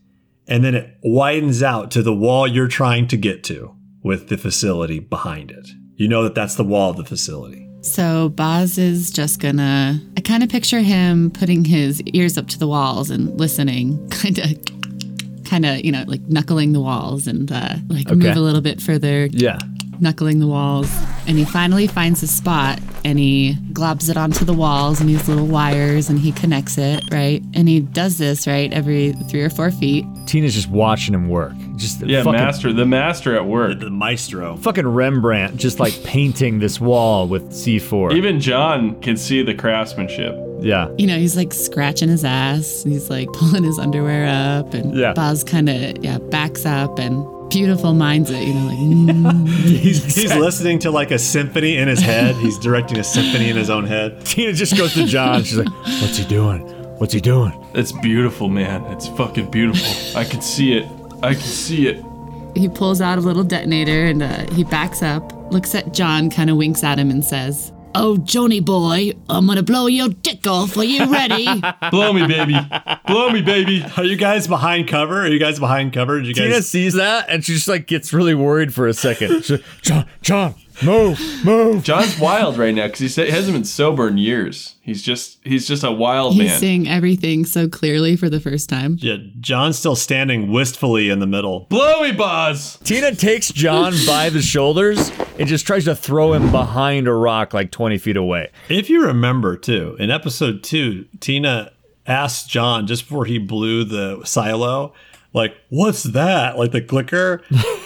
Speaker 2: and then it widens out to the wall you're trying to get to with the facility behind it. You know that that's the wall of the facility.
Speaker 7: So Boz is just gonna. I kind of picture him putting his ears up to the walls and listening, kind of, kind of, you know, like knuckling the walls and uh, like move a little bit further,
Speaker 8: Yeah.
Speaker 7: knuckling the walls. And he finally finds a spot and he globs it onto the walls and these little wires and he connects it, right? And he does this, right, every three or four feet.
Speaker 8: Tina's just watching him work. Just
Speaker 5: Yeah,
Speaker 8: fucking,
Speaker 5: master, the master at work.
Speaker 2: The maestro.
Speaker 8: fucking Rembrandt just like painting this wall with C4.
Speaker 5: Even John can see the craftsmanship.
Speaker 8: yeah.
Speaker 7: You know, he's like scratching his ass and he's like pulling his underwear up and
Speaker 8: Yeah.
Speaker 7: Boz kind of, yeah, backs up and beautiful minds it, you know, like, mm.
Speaker 2: He's, he's listening to like a symphony in his head. He's directing a symphony in his own head.
Speaker 8: Tina just goes to John. She's like,
Speaker 9: What's he doing? What's he doing?
Speaker 5: It's beautiful, man. It's fucking beautiful. I can see it. I can see it.
Speaker 7: he pulls out a little detonator and uh, he backs up, looks at John, kind of winks at him, and says,
Speaker 10: Oh, Johnny boy, I'm gonna blow your dick off. Are you ready?
Speaker 5: Blow me, baby. Blow me, baby.
Speaker 2: Are you guys behind cover? Are you guys behind cover? Did you
Speaker 8: Tina
Speaker 2: guys?
Speaker 8: sees that and she just like gets really worried for a second. She's like,
Speaker 9: John, John, move, move.
Speaker 5: John's wild right now because he hasn't been sober in years. He's just he's just a wild
Speaker 7: He's
Speaker 5: man.
Speaker 7: seeing everything so clearly for the first time.
Speaker 2: Yeah, John's still standing wistfully in the middle.
Speaker 5: Blow me, Boz.
Speaker 8: Tina takes John by the shoulders and just tries to throw him behind a rock like 20 feet away.
Speaker 2: If you remember too, in episode two, Tina asked John just before he blew the silo, like, "What's that?" Like the clicker.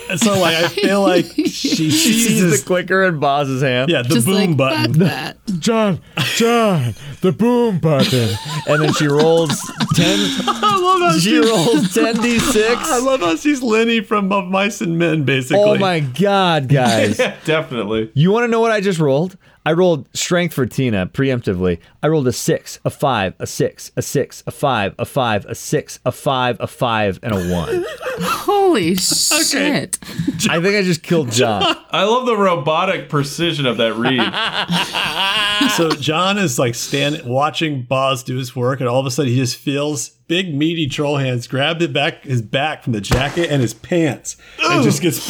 Speaker 2: And so, like, I feel like she sees
Speaker 8: He's
Speaker 2: this,
Speaker 8: the clicker in Boz's hand.
Speaker 2: yeah, the
Speaker 7: Just
Speaker 2: boom
Speaker 7: like,
Speaker 2: button.
Speaker 7: fuck that.
Speaker 9: John, John, the boom button.
Speaker 8: And then she rolls 10.
Speaker 2: I love how
Speaker 8: She rolls 10d6.
Speaker 2: I love how she's Lenny from Of Mice and Men, basically.
Speaker 8: Oh my god, guys.
Speaker 5: Definitely.
Speaker 8: You want to know what I just rolled? I rolled strength for Tina preemptively. I rolled a six, a five, a six, a six, a five, a five, a six, a five, a five, and a one.
Speaker 7: Holy shit.
Speaker 8: I think I just killed John.
Speaker 5: I love the robotic precision of that read.
Speaker 2: So John is like standing, watching Boz do his work, and all of a sudden he just feels big meaty troll hands grab the back his back from the jacket and his pants, and just gets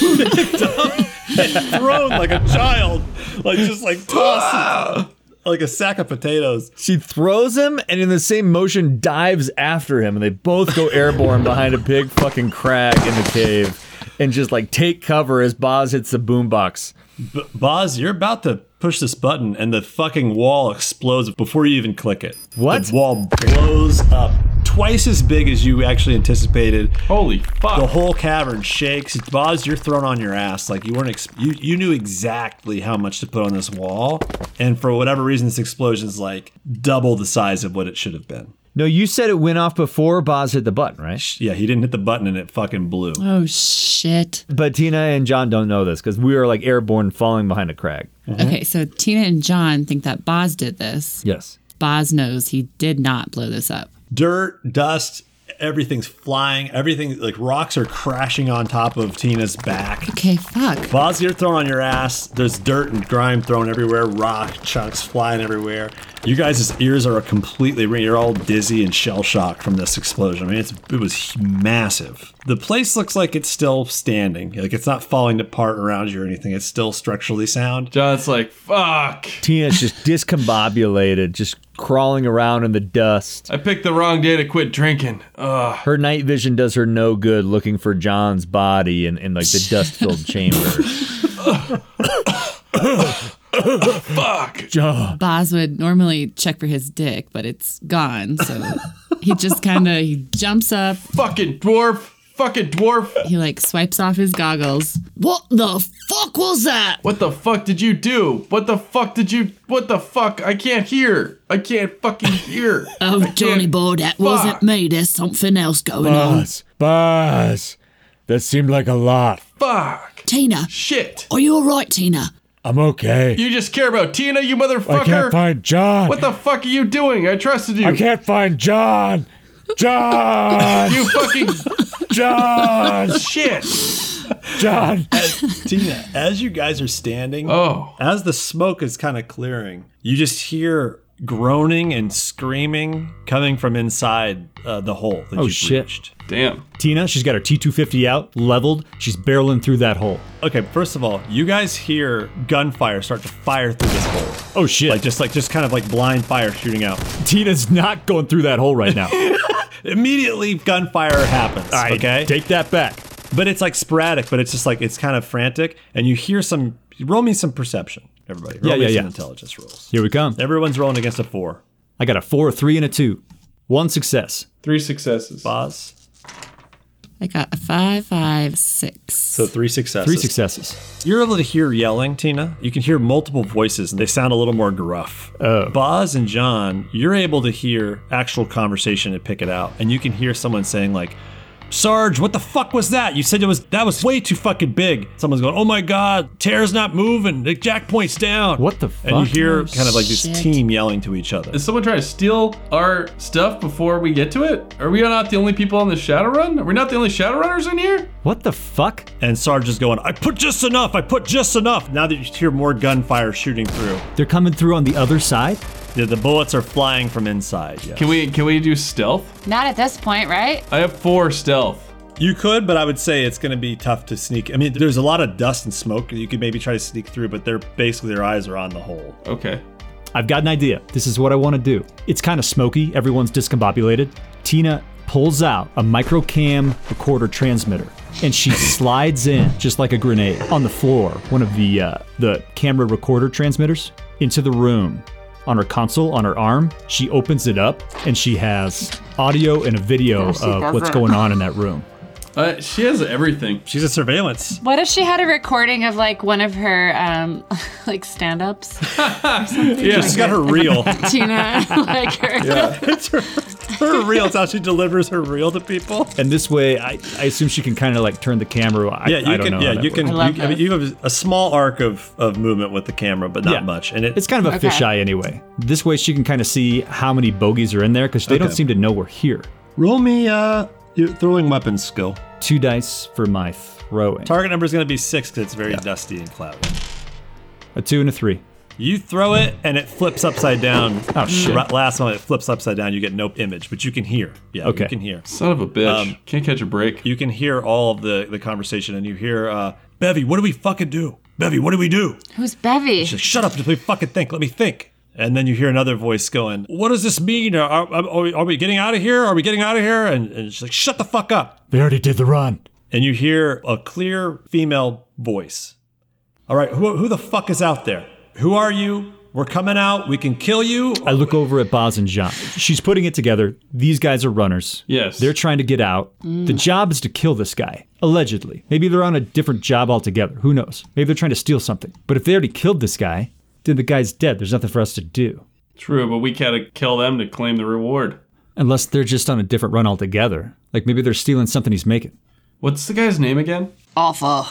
Speaker 2: picked up and thrown like a child, like just like tossed like a sack of potatoes.
Speaker 8: She throws him and in the same motion dives after him, and they both go airborne behind a big fucking crag in the cave and just like take cover as Boz hits the boombox.
Speaker 2: B- Boz, you're about to push this button, and the fucking wall explodes before you even click it.
Speaker 8: What?
Speaker 2: The wall blows up twice as big as you actually anticipated.
Speaker 5: Holy fuck.
Speaker 2: The whole cavern shakes. Boz, you're thrown on your ass. Like you weren't, ex- you you knew exactly how much to put on this wall, and for whatever reason, this explosion's like double the size of what it should have been.
Speaker 8: No, you said it went off before Boz hit the button, right?
Speaker 2: Yeah, he didn't hit the button, and it fucking blew.
Speaker 7: Oh shit.
Speaker 8: But Tina and John don't know this because we are like airborne falling behind a crag.
Speaker 7: Okay, so Tina and John think that Boz did this.
Speaker 8: Yes.
Speaker 7: Boz knows he did not blow this up.
Speaker 2: Dirt, dust, everything's flying. Everything like rocks are crashing on top of Tina's back.
Speaker 7: Okay, fuck.
Speaker 2: Boz, you're thrown on your ass. There's dirt and grime thrown everywhere. Rock chunks flying everywhere. You guys' ears are completely ringing. You're all dizzy and shell shocked from this explosion. I mean, it's, it was massive. The place looks like it's still standing. Like it's not falling apart around you or anything. It's still structurally sound.
Speaker 5: John's like, fuck.
Speaker 8: Tina's just discombobulated, just crawling around in the dust.
Speaker 5: I picked the wrong day to quit drinking. Uh, Ugh.
Speaker 8: Her night vision does her no good looking for John's body in, in like the dust filled chamber.
Speaker 5: Fuck.
Speaker 8: John.
Speaker 7: Boz would normally check for his dick, but it's gone. So he just kind of he jumps up,
Speaker 5: Fucking dwarf. Fucking dwarf.
Speaker 7: he like swipes off his goggles.
Speaker 10: What the fuck was that?
Speaker 5: What the fuck did you do? What the fuck did you. What the fuck? I can't hear. I can't fucking hear.
Speaker 9: Uh.
Speaker 10: Oh, Johnny boy, that wasn't me. There's something else going on.
Speaker 9: Buzz, Buzz. That seemed like a lot.
Speaker 5: fuck.
Speaker 10: Tina,
Speaker 5: Shit.
Speaker 10: are you alright, Tina?
Speaker 9: I'm okay.
Speaker 5: You just care about Tina, you
Speaker 9: I can't
Speaker 5: motherfucker.
Speaker 9: find John.
Speaker 5: what the fuck are you doing? I trusted you.
Speaker 9: I can't find John. John.
Speaker 5: You fucking.
Speaker 9: John.
Speaker 5: Shit.
Speaker 9: John.
Speaker 2: Tina, as you guys are standing,
Speaker 5: Oh.
Speaker 2: as the smoke is kind of clearing, you just hear groaning and screaming coming from inside uh, the hole that you've
Speaker 3: shit.
Speaker 2: reached.
Speaker 5: Damn.
Speaker 3: Tina, she's got her T250 out, leveled. She's barreling through that hole.
Speaker 2: Okay, first of all, you guys hear gunfire start to fire through this hole.
Speaker 3: Oh shit.
Speaker 2: Like just like just kind of like blind fire shooting out.
Speaker 3: Tina's not going through that hole right now.
Speaker 2: Immediately gunfire happens.
Speaker 3: I
Speaker 2: okay.
Speaker 3: Take that back.
Speaker 2: but it's like sporadic, but it's just like it's kind of frantic and you hear some roll me some perception, everybody. Roll
Speaker 3: Yeah,
Speaker 2: me
Speaker 3: yeah,
Speaker 2: some
Speaker 3: yeah.
Speaker 2: intelligence rolls.
Speaker 3: Here we come.
Speaker 2: Everyone's rolling against a four.
Speaker 3: I got a four, a three, and a two. One success.
Speaker 5: Three successes.
Speaker 2: Boz.
Speaker 7: I got a five, five, six.
Speaker 2: So three successes.
Speaker 3: Three successes.
Speaker 2: You're able to hear yelling, Tina. You can hear multiple voices, and they sound a little more gruff. Oh. Boz and John, you're able to hear actual conversation and pick it out, and you can hear someone saying like, "Sarge, what the fuck was that? You said it was that was way too fucking big." Someone's going, "Oh my god, Tear's not moving. The jack point's down."
Speaker 3: What the
Speaker 2: And you
Speaker 3: fuck?
Speaker 2: hear kind of like this
Speaker 7: shit.
Speaker 2: team yelling to each other.
Speaker 5: Is someone trying to steal our stuff before we get to it? Are we not the only people on the Shadowrun? Are we not the only Shadowrunners in here?
Speaker 3: What the fuck?
Speaker 2: And Sarge is going, "I put just enough. I put just enough." Now that you hear more gunfire shooting through,
Speaker 3: They're coming through on the other side?
Speaker 2: the, the bullets are flying from inside. Yeah.
Speaker 5: Can we can we do stealth?
Speaker 4: Not at this point, right?
Speaker 5: I have four stealth.
Speaker 2: You could, but I would say it's going to be tough to sneak. I mean, there's a lot of dust and smoke that you could maybe try to sneak through, but they're basically their eyes are on the hole.
Speaker 5: Okay.
Speaker 3: I've got an idea. This is what I want to do. It's kind of smoky. Everyone's discombobulated. Tina pulls out a microcam recorder transmitter and she slides in just like a grenade on the floor, one of the uh, the camera recorder transmitters into the room. On her console, on her arm, she opens it up and she has audio and a video of what's going on in that room.
Speaker 5: Uh, she has everything.
Speaker 2: She's a surveillance.
Speaker 4: What if she had a recording of like one of her um like stand-ups?
Speaker 5: Yeah.
Speaker 2: She's got her reel.
Speaker 4: Tina, like her.
Speaker 2: it's her, her reel. It's how she delivers her reel to people.
Speaker 3: And this way, I, I assume she can kind of like turn the camera. I,
Speaker 2: Yeah,
Speaker 3: I
Speaker 2: you
Speaker 3: don't know
Speaker 2: can.
Speaker 3: how
Speaker 2: Yeah,
Speaker 3: that
Speaker 2: you
Speaker 3: works.
Speaker 2: can.
Speaker 4: I love
Speaker 2: You, I mean,
Speaker 4: that.
Speaker 2: you have a small arc of, of movement with the camera, but not
Speaker 3: Yeah.
Speaker 2: much. And it,
Speaker 3: It's kind of a
Speaker 4: Okay.
Speaker 3: fisheye anyway. This way she can kind of see how many bogeys are in there because they don't
Speaker 2: Okay.
Speaker 3: seem to know we're here.
Speaker 2: roll me uh, your throwing weapon skill.
Speaker 3: Two dice for my throwing.
Speaker 2: Target number is going to be six because it's very dusty and cloudy.
Speaker 3: a two and a three.
Speaker 2: You throw it and it flips upside down.
Speaker 3: Oh, shit.
Speaker 2: Right Last one, it flips upside down. You get no image, but you can hear. Yeah,
Speaker 3: Okay.
Speaker 2: you can hear.
Speaker 5: Son of a bitch. Can't catch a break.
Speaker 2: You can hear all of the, the conversation and you hear, uh, Bevy, what do we fucking do? Bevy, what do we do?
Speaker 4: Who's Bevy?
Speaker 2: She's like, shut up, let me fucking think, let me think. And then you hear another voice going, what does this mean? Are, are, are, we, are we getting out of here? Are we getting out of here? And, and she's like, shut the fuck up.
Speaker 9: They already did the run.
Speaker 2: And you hear a clear female voice. All right, who, who the fuck is out there? Who are you? We're coming out. We can kill you.
Speaker 3: I look over at Boz and John. She's putting it together. These guys are runners.
Speaker 5: Yes.
Speaker 3: They're trying to get out. The job is to kill this guy, allegedly. Maybe they're on a different job altogether. Who knows? Maybe they're trying to steal something. But if they already killed this guy, then the guy's dead. There's nothing for us to do.
Speaker 5: True, but we gotta kill them to claim the reward.
Speaker 3: Unless they're just on a different run altogether. Like maybe they're stealing something he's making.
Speaker 5: What's the guy's name again?
Speaker 10: Arthur.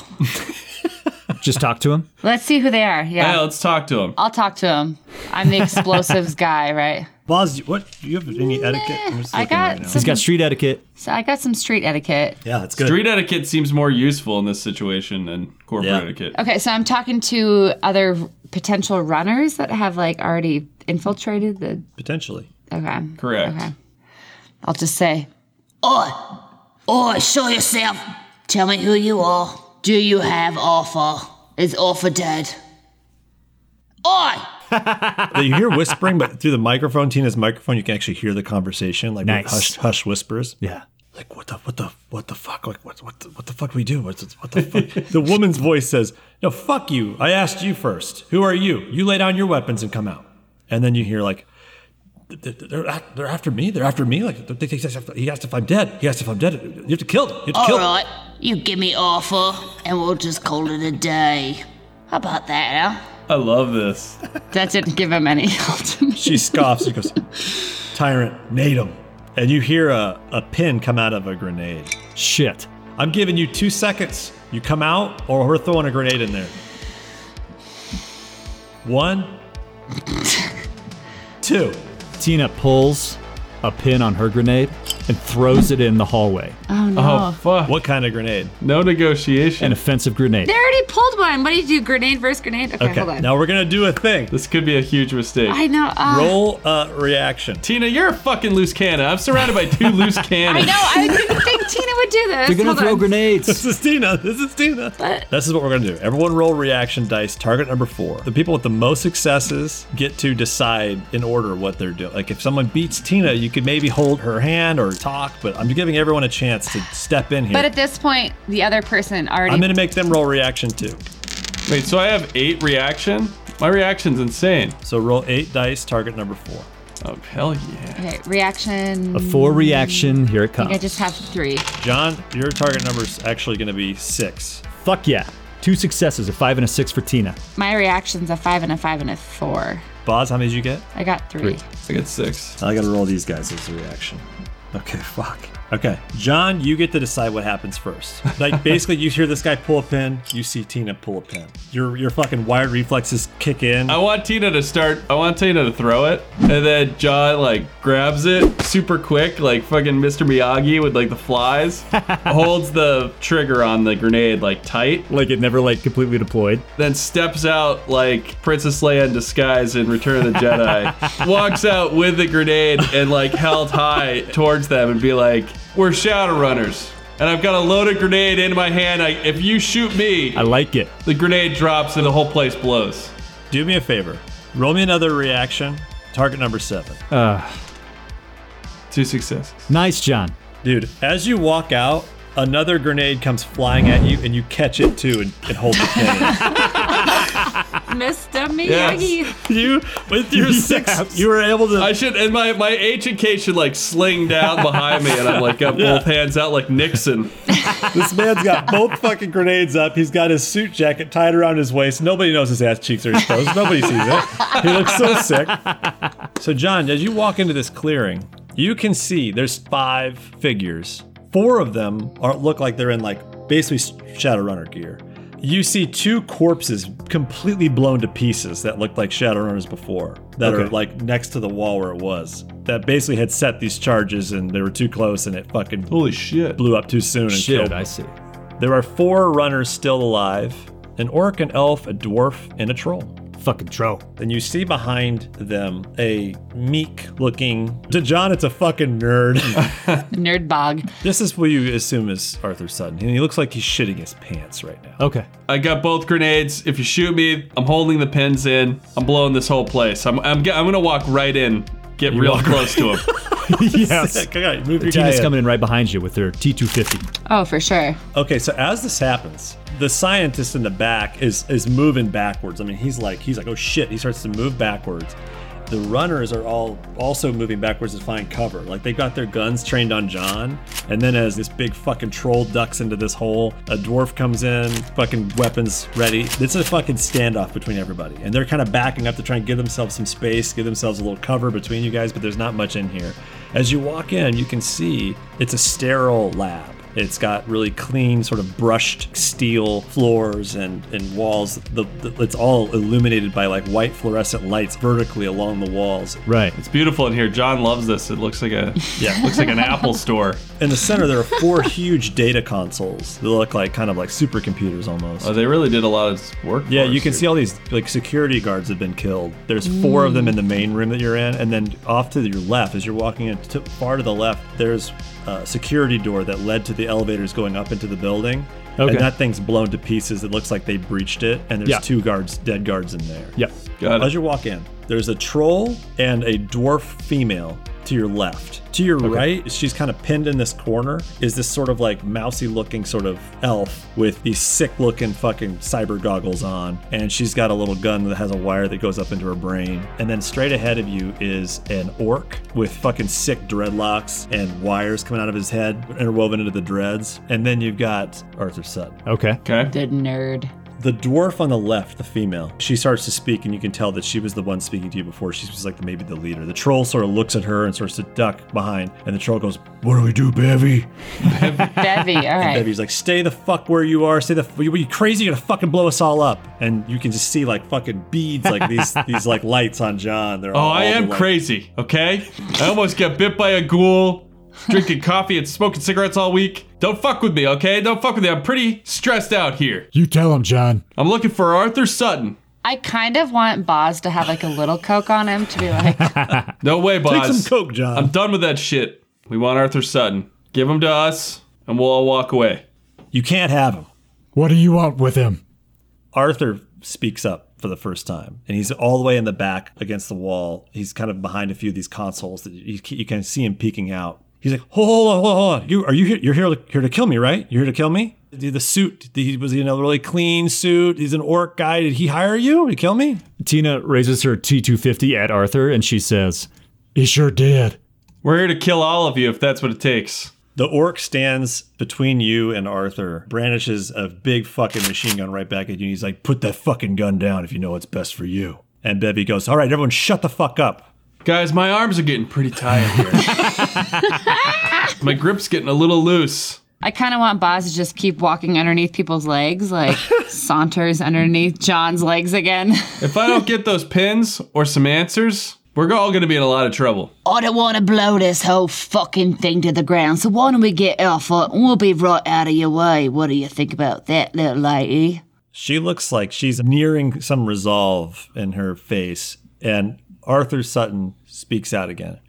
Speaker 3: Just talk to him.
Speaker 4: Let's see who they are. Yeah.
Speaker 5: Yeah, let's talk to him.
Speaker 4: I'll talk to him. I'm the explosives guy, right?
Speaker 2: Boz, what do you have any etiquette? I'm just
Speaker 4: I
Speaker 2: looking
Speaker 4: got
Speaker 2: now.
Speaker 4: some- He's got
Speaker 3: street etiquette.
Speaker 4: So I got some street etiquette.
Speaker 2: Yeah, that's good.
Speaker 5: Street etiquette seems more useful in this situation than corporate
Speaker 2: Yeah.
Speaker 5: etiquette.
Speaker 4: Okay, so I'm talking to other potential runners that have like already infiltrated the.
Speaker 2: Potentially.
Speaker 4: Okay.
Speaker 5: Correct.
Speaker 4: Okay. I'll just say,
Speaker 10: Oi! Oi, show yourself! Tell me who you are. Do you have Arthur? Is Arthur dead? Oi!
Speaker 2: you hear whispering, but through the microphone, Tina's microphone, you can actually hear the conversation, like
Speaker 3: Nice.
Speaker 2: hush, hush whispers.
Speaker 3: Yeah.
Speaker 2: Like what the what the what the fuck? Like what what the, what the fuck do we do? What's what the fuck? the woman's voice says, "No, fuck you. I asked you first. Who are you? You lay down your weapons and come out." And then you hear like. "Th- th- They're, a- they're after me. They're after me. Like they- they- they- he asked if I'm dead. He asked if I'm dead. You have to kill them. You have to kill them."
Speaker 10: Alright, you give me Arthur, and we'll just call it a day. How about that, huh?
Speaker 5: I love this.
Speaker 4: that didn't give him any.
Speaker 2: She scoffs. She goes, "Tyrant, nade him." And you hear a, a pin come out of a grenade.
Speaker 3: Shit.
Speaker 2: I'm giving you two seconds. You come out, or we're throwing a grenade in there. One, two.
Speaker 3: Tina pulls a pin on her grenade and throws it in the hallway.
Speaker 4: oh no.
Speaker 5: Oh, fuck.
Speaker 2: What kind of grenade?
Speaker 5: No
Speaker 3: An
Speaker 5: negotiation.
Speaker 3: offensive grenade.
Speaker 4: They already pulled one. What do you do? Grenade versus grenade? Okay, hold on.
Speaker 2: now we're gonna do a thing.
Speaker 5: this could be a huge mistake.
Speaker 4: I know. Uh,
Speaker 2: Roll uh, reaction.
Speaker 5: Tina, you're a fucking loose cannon. I'm surrounded by two loose
Speaker 4: I
Speaker 5: cannons.
Speaker 4: know. I didn't think Tina would do this.
Speaker 3: They're gonna
Speaker 4: Hold
Speaker 3: throw
Speaker 4: on.
Speaker 3: grenades.
Speaker 2: This is Tina. This is Tina.
Speaker 4: What?
Speaker 2: This is what we're gonna do. Everyone roll reaction dice. Target number four. The people with the most successes get to decide in order what they're doing. Like if someone beats Tina, you could maybe hold her hand or talk. But I'm giving everyone a chance to step in here.
Speaker 4: But at this point, the other person already.
Speaker 2: I'm gonna make them roll reaction too.
Speaker 5: Wait, so I have eight reaction? My reaction's insane.
Speaker 2: So roll eight dice. Target number four.
Speaker 5: Oh, hell yeah.
Speaker 4: okay, reaction.
Speaker 3: A four reaction. Here it
Speaker 4: I
Speaker 3: comes.
Speaker 4: think I just have three.
Speaker 2: John, your target number is actually going to be six.
Speaker 3: Fuck yeah. Two successes, a five and a six for Tina.
Speaker 4: My reaction's a five and a five and a four.
Speaker 2: Boz, how many did you get?
Speaker 4: I got three.
Speaker 5: I got six.
Speaker 2: I got to roll these guys as a reaction. Okay, fuck. Okay, John, you get to decide what happens first. Like basically, you hear this guy pull a pin, you see Tina pull a pin. Your your fucking wired reflexes kick in.
Speaker 5: I want Tina to start. I want Tina to throw it, and then John like grabs it super quick, like fucking Mr. Miyagi with like the flies, holds the trigger on the grenade like tight,
Speaker 3: Like it never like completely deployed.
Speaker 5: then steps out like Princess Leia in disguise in Return of the Jedi, walks out with the grenade and like held high towards them and be like, "We're shadow runners." And I've got a loaded grenade in my hand. I, if you shoot me,
Speaker 3: I like it.
Speaker 5: the grenade drops and the whole place blows.
Speaker 2: Do me a favor, roll me another reaction. Target number seven.
Speaker 5: Two successes.
Speaker 3: Nice, John.
Speaker 2: Dude, as you walk out, another grenade comes flying at you, and you catch it too and, and hold the pin. in.
Speaker 4: Mr.
Speaker 5: Yes.
Speaker 4: Miyagi.
Speaker 2: you with your six, you were able to.
Speaker 5: I should, and my, my HK should like sling down behind me, and I'm like, got both hands out like Nixon.
Speaker 2: This man's got both fucking grenades up. He's got his suit jacket tied around his waist. Nobody knows his ass cheeks are exposed. Nobody sees it. He looks so sick. So, John, as you walk into this clearing, you can see there's five figures. Four of them are look like they're in like basically Shadowrunner gear. You see two corpses completely blown to pieces that looked like Shadowrunners before, that are
Speaker 3: Okay.
Speaker 2: like next to the wall where it was. That basically had set these charges and they were too close and it fucking
Speaker 5: Holy shit.
Speaker 2: blew up too soon and killed
Speaker 3: Shit, I see.
Speaker 2: there are four runners still alive an orc, an elf, a dwarf, and a troll.
Speaker 3: Fucking troll.
Speaker 2: And you see behind them a meek looking. To John, it's a fucking nerd.
Speaker 4: Nerd bog.
Speaker 2: this is what you assume is Arthur Sutton. And he looks like he's shitting his pants right now.
Speaker 3: Okay.
Speaker 5: I got both grenades. If you shoot me, I'm holding the pins in. I'm blowing this whole place. I'm I'm, ge- I'm gonna walk right in, get real close to him.
Speaker 3: yes.
Speaker 2: Okay, move your guy
Speaker 3: Tina's
Speaker 2: in.
Speaker 3: coming in right behind you with her T250.
Speaker 4: Oh, for sure.
Speaker 2: Okay, so as this happens, the scientist in the back is is moving backwards. I mean, he's like he's like, oh shit! He starts to move backwards. The runners are all also moving backwards to find cover. Like they've got their guns trained on John, and then as this big fucking troll ducks into this hole, a dwarf comes in, fucking weapons ready. This is a fucking standoff between everybody, and they're kind of backing up to try and give themselves some space, give themselves a little cover between you guys. But there's not much in here. As you walk in, you can see it's a sterile lab. It's got really clean, sort of brushed steel floors and, and walls. The, the, it's all illuminated by like white fluorescent lights vertically along the walls.
Speaker 3: Right.
Speaker 5: It's beautiful in here. John loves this. It looks like a yeah, looks like an Apple store.
Speaker 2: In the center, there are four huge data consoles. They look like kind of like supercomputers almost.
Speaker 5: Oh, they really did a lot of work.
Speaker 2: Yeah,
Speaker 5: for
Speaker 2: you
Speaker 5: us here.
Speaker 2: can see all these like security guards have been killed. There's four of them in the main room that you're in, and then off to your left, as you're walking in, to, far to the left, there's a security door that led to the elevators going up into the building.
Speaker 3: Okay.
Speaker 2: And that thing's blown to pieces. It looks like they breached it, and there's
Speaker 3: Yeah.
Speaker 2: two guards, dead guards in there.
Speaker 3: Yep.
Speaker 5: Got it.
Speaker 2: As you walk in, there's a troll and a dwarf female to your left. To your right, she's kind of pinned in this corner, is this sort of like mousy looking sort of elf with these sick looking fucking cyber goggles on. And she's got a little gun that has a wire that goes up into her brain. And then straight ahead of you is an orc with fucking sick dreadlocks and wires coming out of his head interwoven into the dreads. And then you've got Arthur Sutton.
Speaker 3: Okay.
Speaker 5: Okay.
Speaker 4: The nerd.
Speaker 2: The dwarf on the left, the female, she starts to speak, and you can tell that she was the one speaking to you before. She was like maybe the leader. The troll sort of looks at her and starts to duck behind, and the troll goes,
Speaker 9: What do we do, Bevy?
Speaker 4: Bevy. All
Speaker 2: and
Speaker 4: right.
Speaker 2: Bevvy's like, "Stay the fuck where you are. Stay the. F- you crazy? You're gonna fucking blow us all up." And you can just see like fucking beads, like these these like lights on John. They're
Speaker 5: Oh,
Speaker 2: all
Speaker 5: I
Speaker 2: the
Speaker 5: am
Speaker 2: light-
Speaker 5: crazy. Okay. I almost got bit by a ghoul. Drinking coffee and smoking cigarettes all week. Don't fuck with me, okay? Don't fuck with me. I'm pretty stressed out here.
Speaker 9: You tell him, John.
Speaker 5: I'm looking for Arthur Sutton.
Speaker 4: I kind of want Boz to have like a little coke on him to be like,
Speaker 5: No way,
Speaker 2: Take
Speaker 5: boss.
Speaker 2: some coke, John.
Speaker 5: I'm done with that shit. We want Arthur Sutton. Give him to us, and we'll all walk away.
Speaker 2: you can't have him.
Speaker 9: What do you want with him?
Speaker 2: Arthur speaks up for the first time, and he's all the way in the back against the wall. He's kind of behind a few of these consoles that you, you can see him peeking out. He's like, "Hold, hold on, hold on, hold on. You are you here? You're here to, here to kill me, right? You're here to kill me." The, the suit. He was in a really clean suit. He's an orc guy. Did he hire you to kill me?
Speaker 3: Tina raises her T250 at Arthur and she says,
Speaker 9: He sure did.
Speaker 5: We're here to kill all of you if that's what it takes.
Speaker 2: The orc stands between you and Arthur, brandishes a big fucking machine gun right back at you. He's like, "Put that fucking gun down if you know what's best for you." And Bevy goes, "All right, everyone, shut the fuck up."
Speaker 5: Guys, my arms are getting pretty tired here. my grip's getting a little loose.
Speaker 4: I kind of want Boz to just keep walking underneath people's legs, like saunters underneath John's legs again.
Speaker 5: If I don't get those pins or some answers, we're all going to be in a lot of trouble.
Speaker 10: I don't want to blow this whole fucking thing to the ground, so why don't we get Alpha and we'll be right out of your way. What do you think about that, little lady?
Speaker 2: She looks like she's nearing some resolve in her face, and Arthur Sutton speaks out again.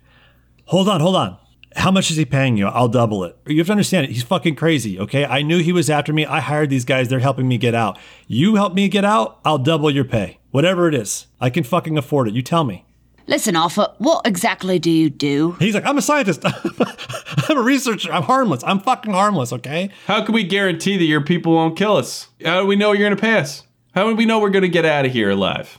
Speaker 2: Hold on, hold on. How much is he paying you? I'll double it. You have to understand it. He's fucking crazy, okay? I knew he was after me. I hired these guys. They're helping me get out. You help me get out, I'll double your pay. Whatever it is, I can fucking afford it. You tell me.
Speaker 10: Listen, Alpha, what exactly do you do?
Speaker 2: He's like, I'm a scientist. I'm a researcher. I'm harmless. I'm fucking harmless, okay?
Speaker 5: How can we guarantee that your people won't kill us? How do we know you're going to pay us? How do we know we're going to get out of here alive?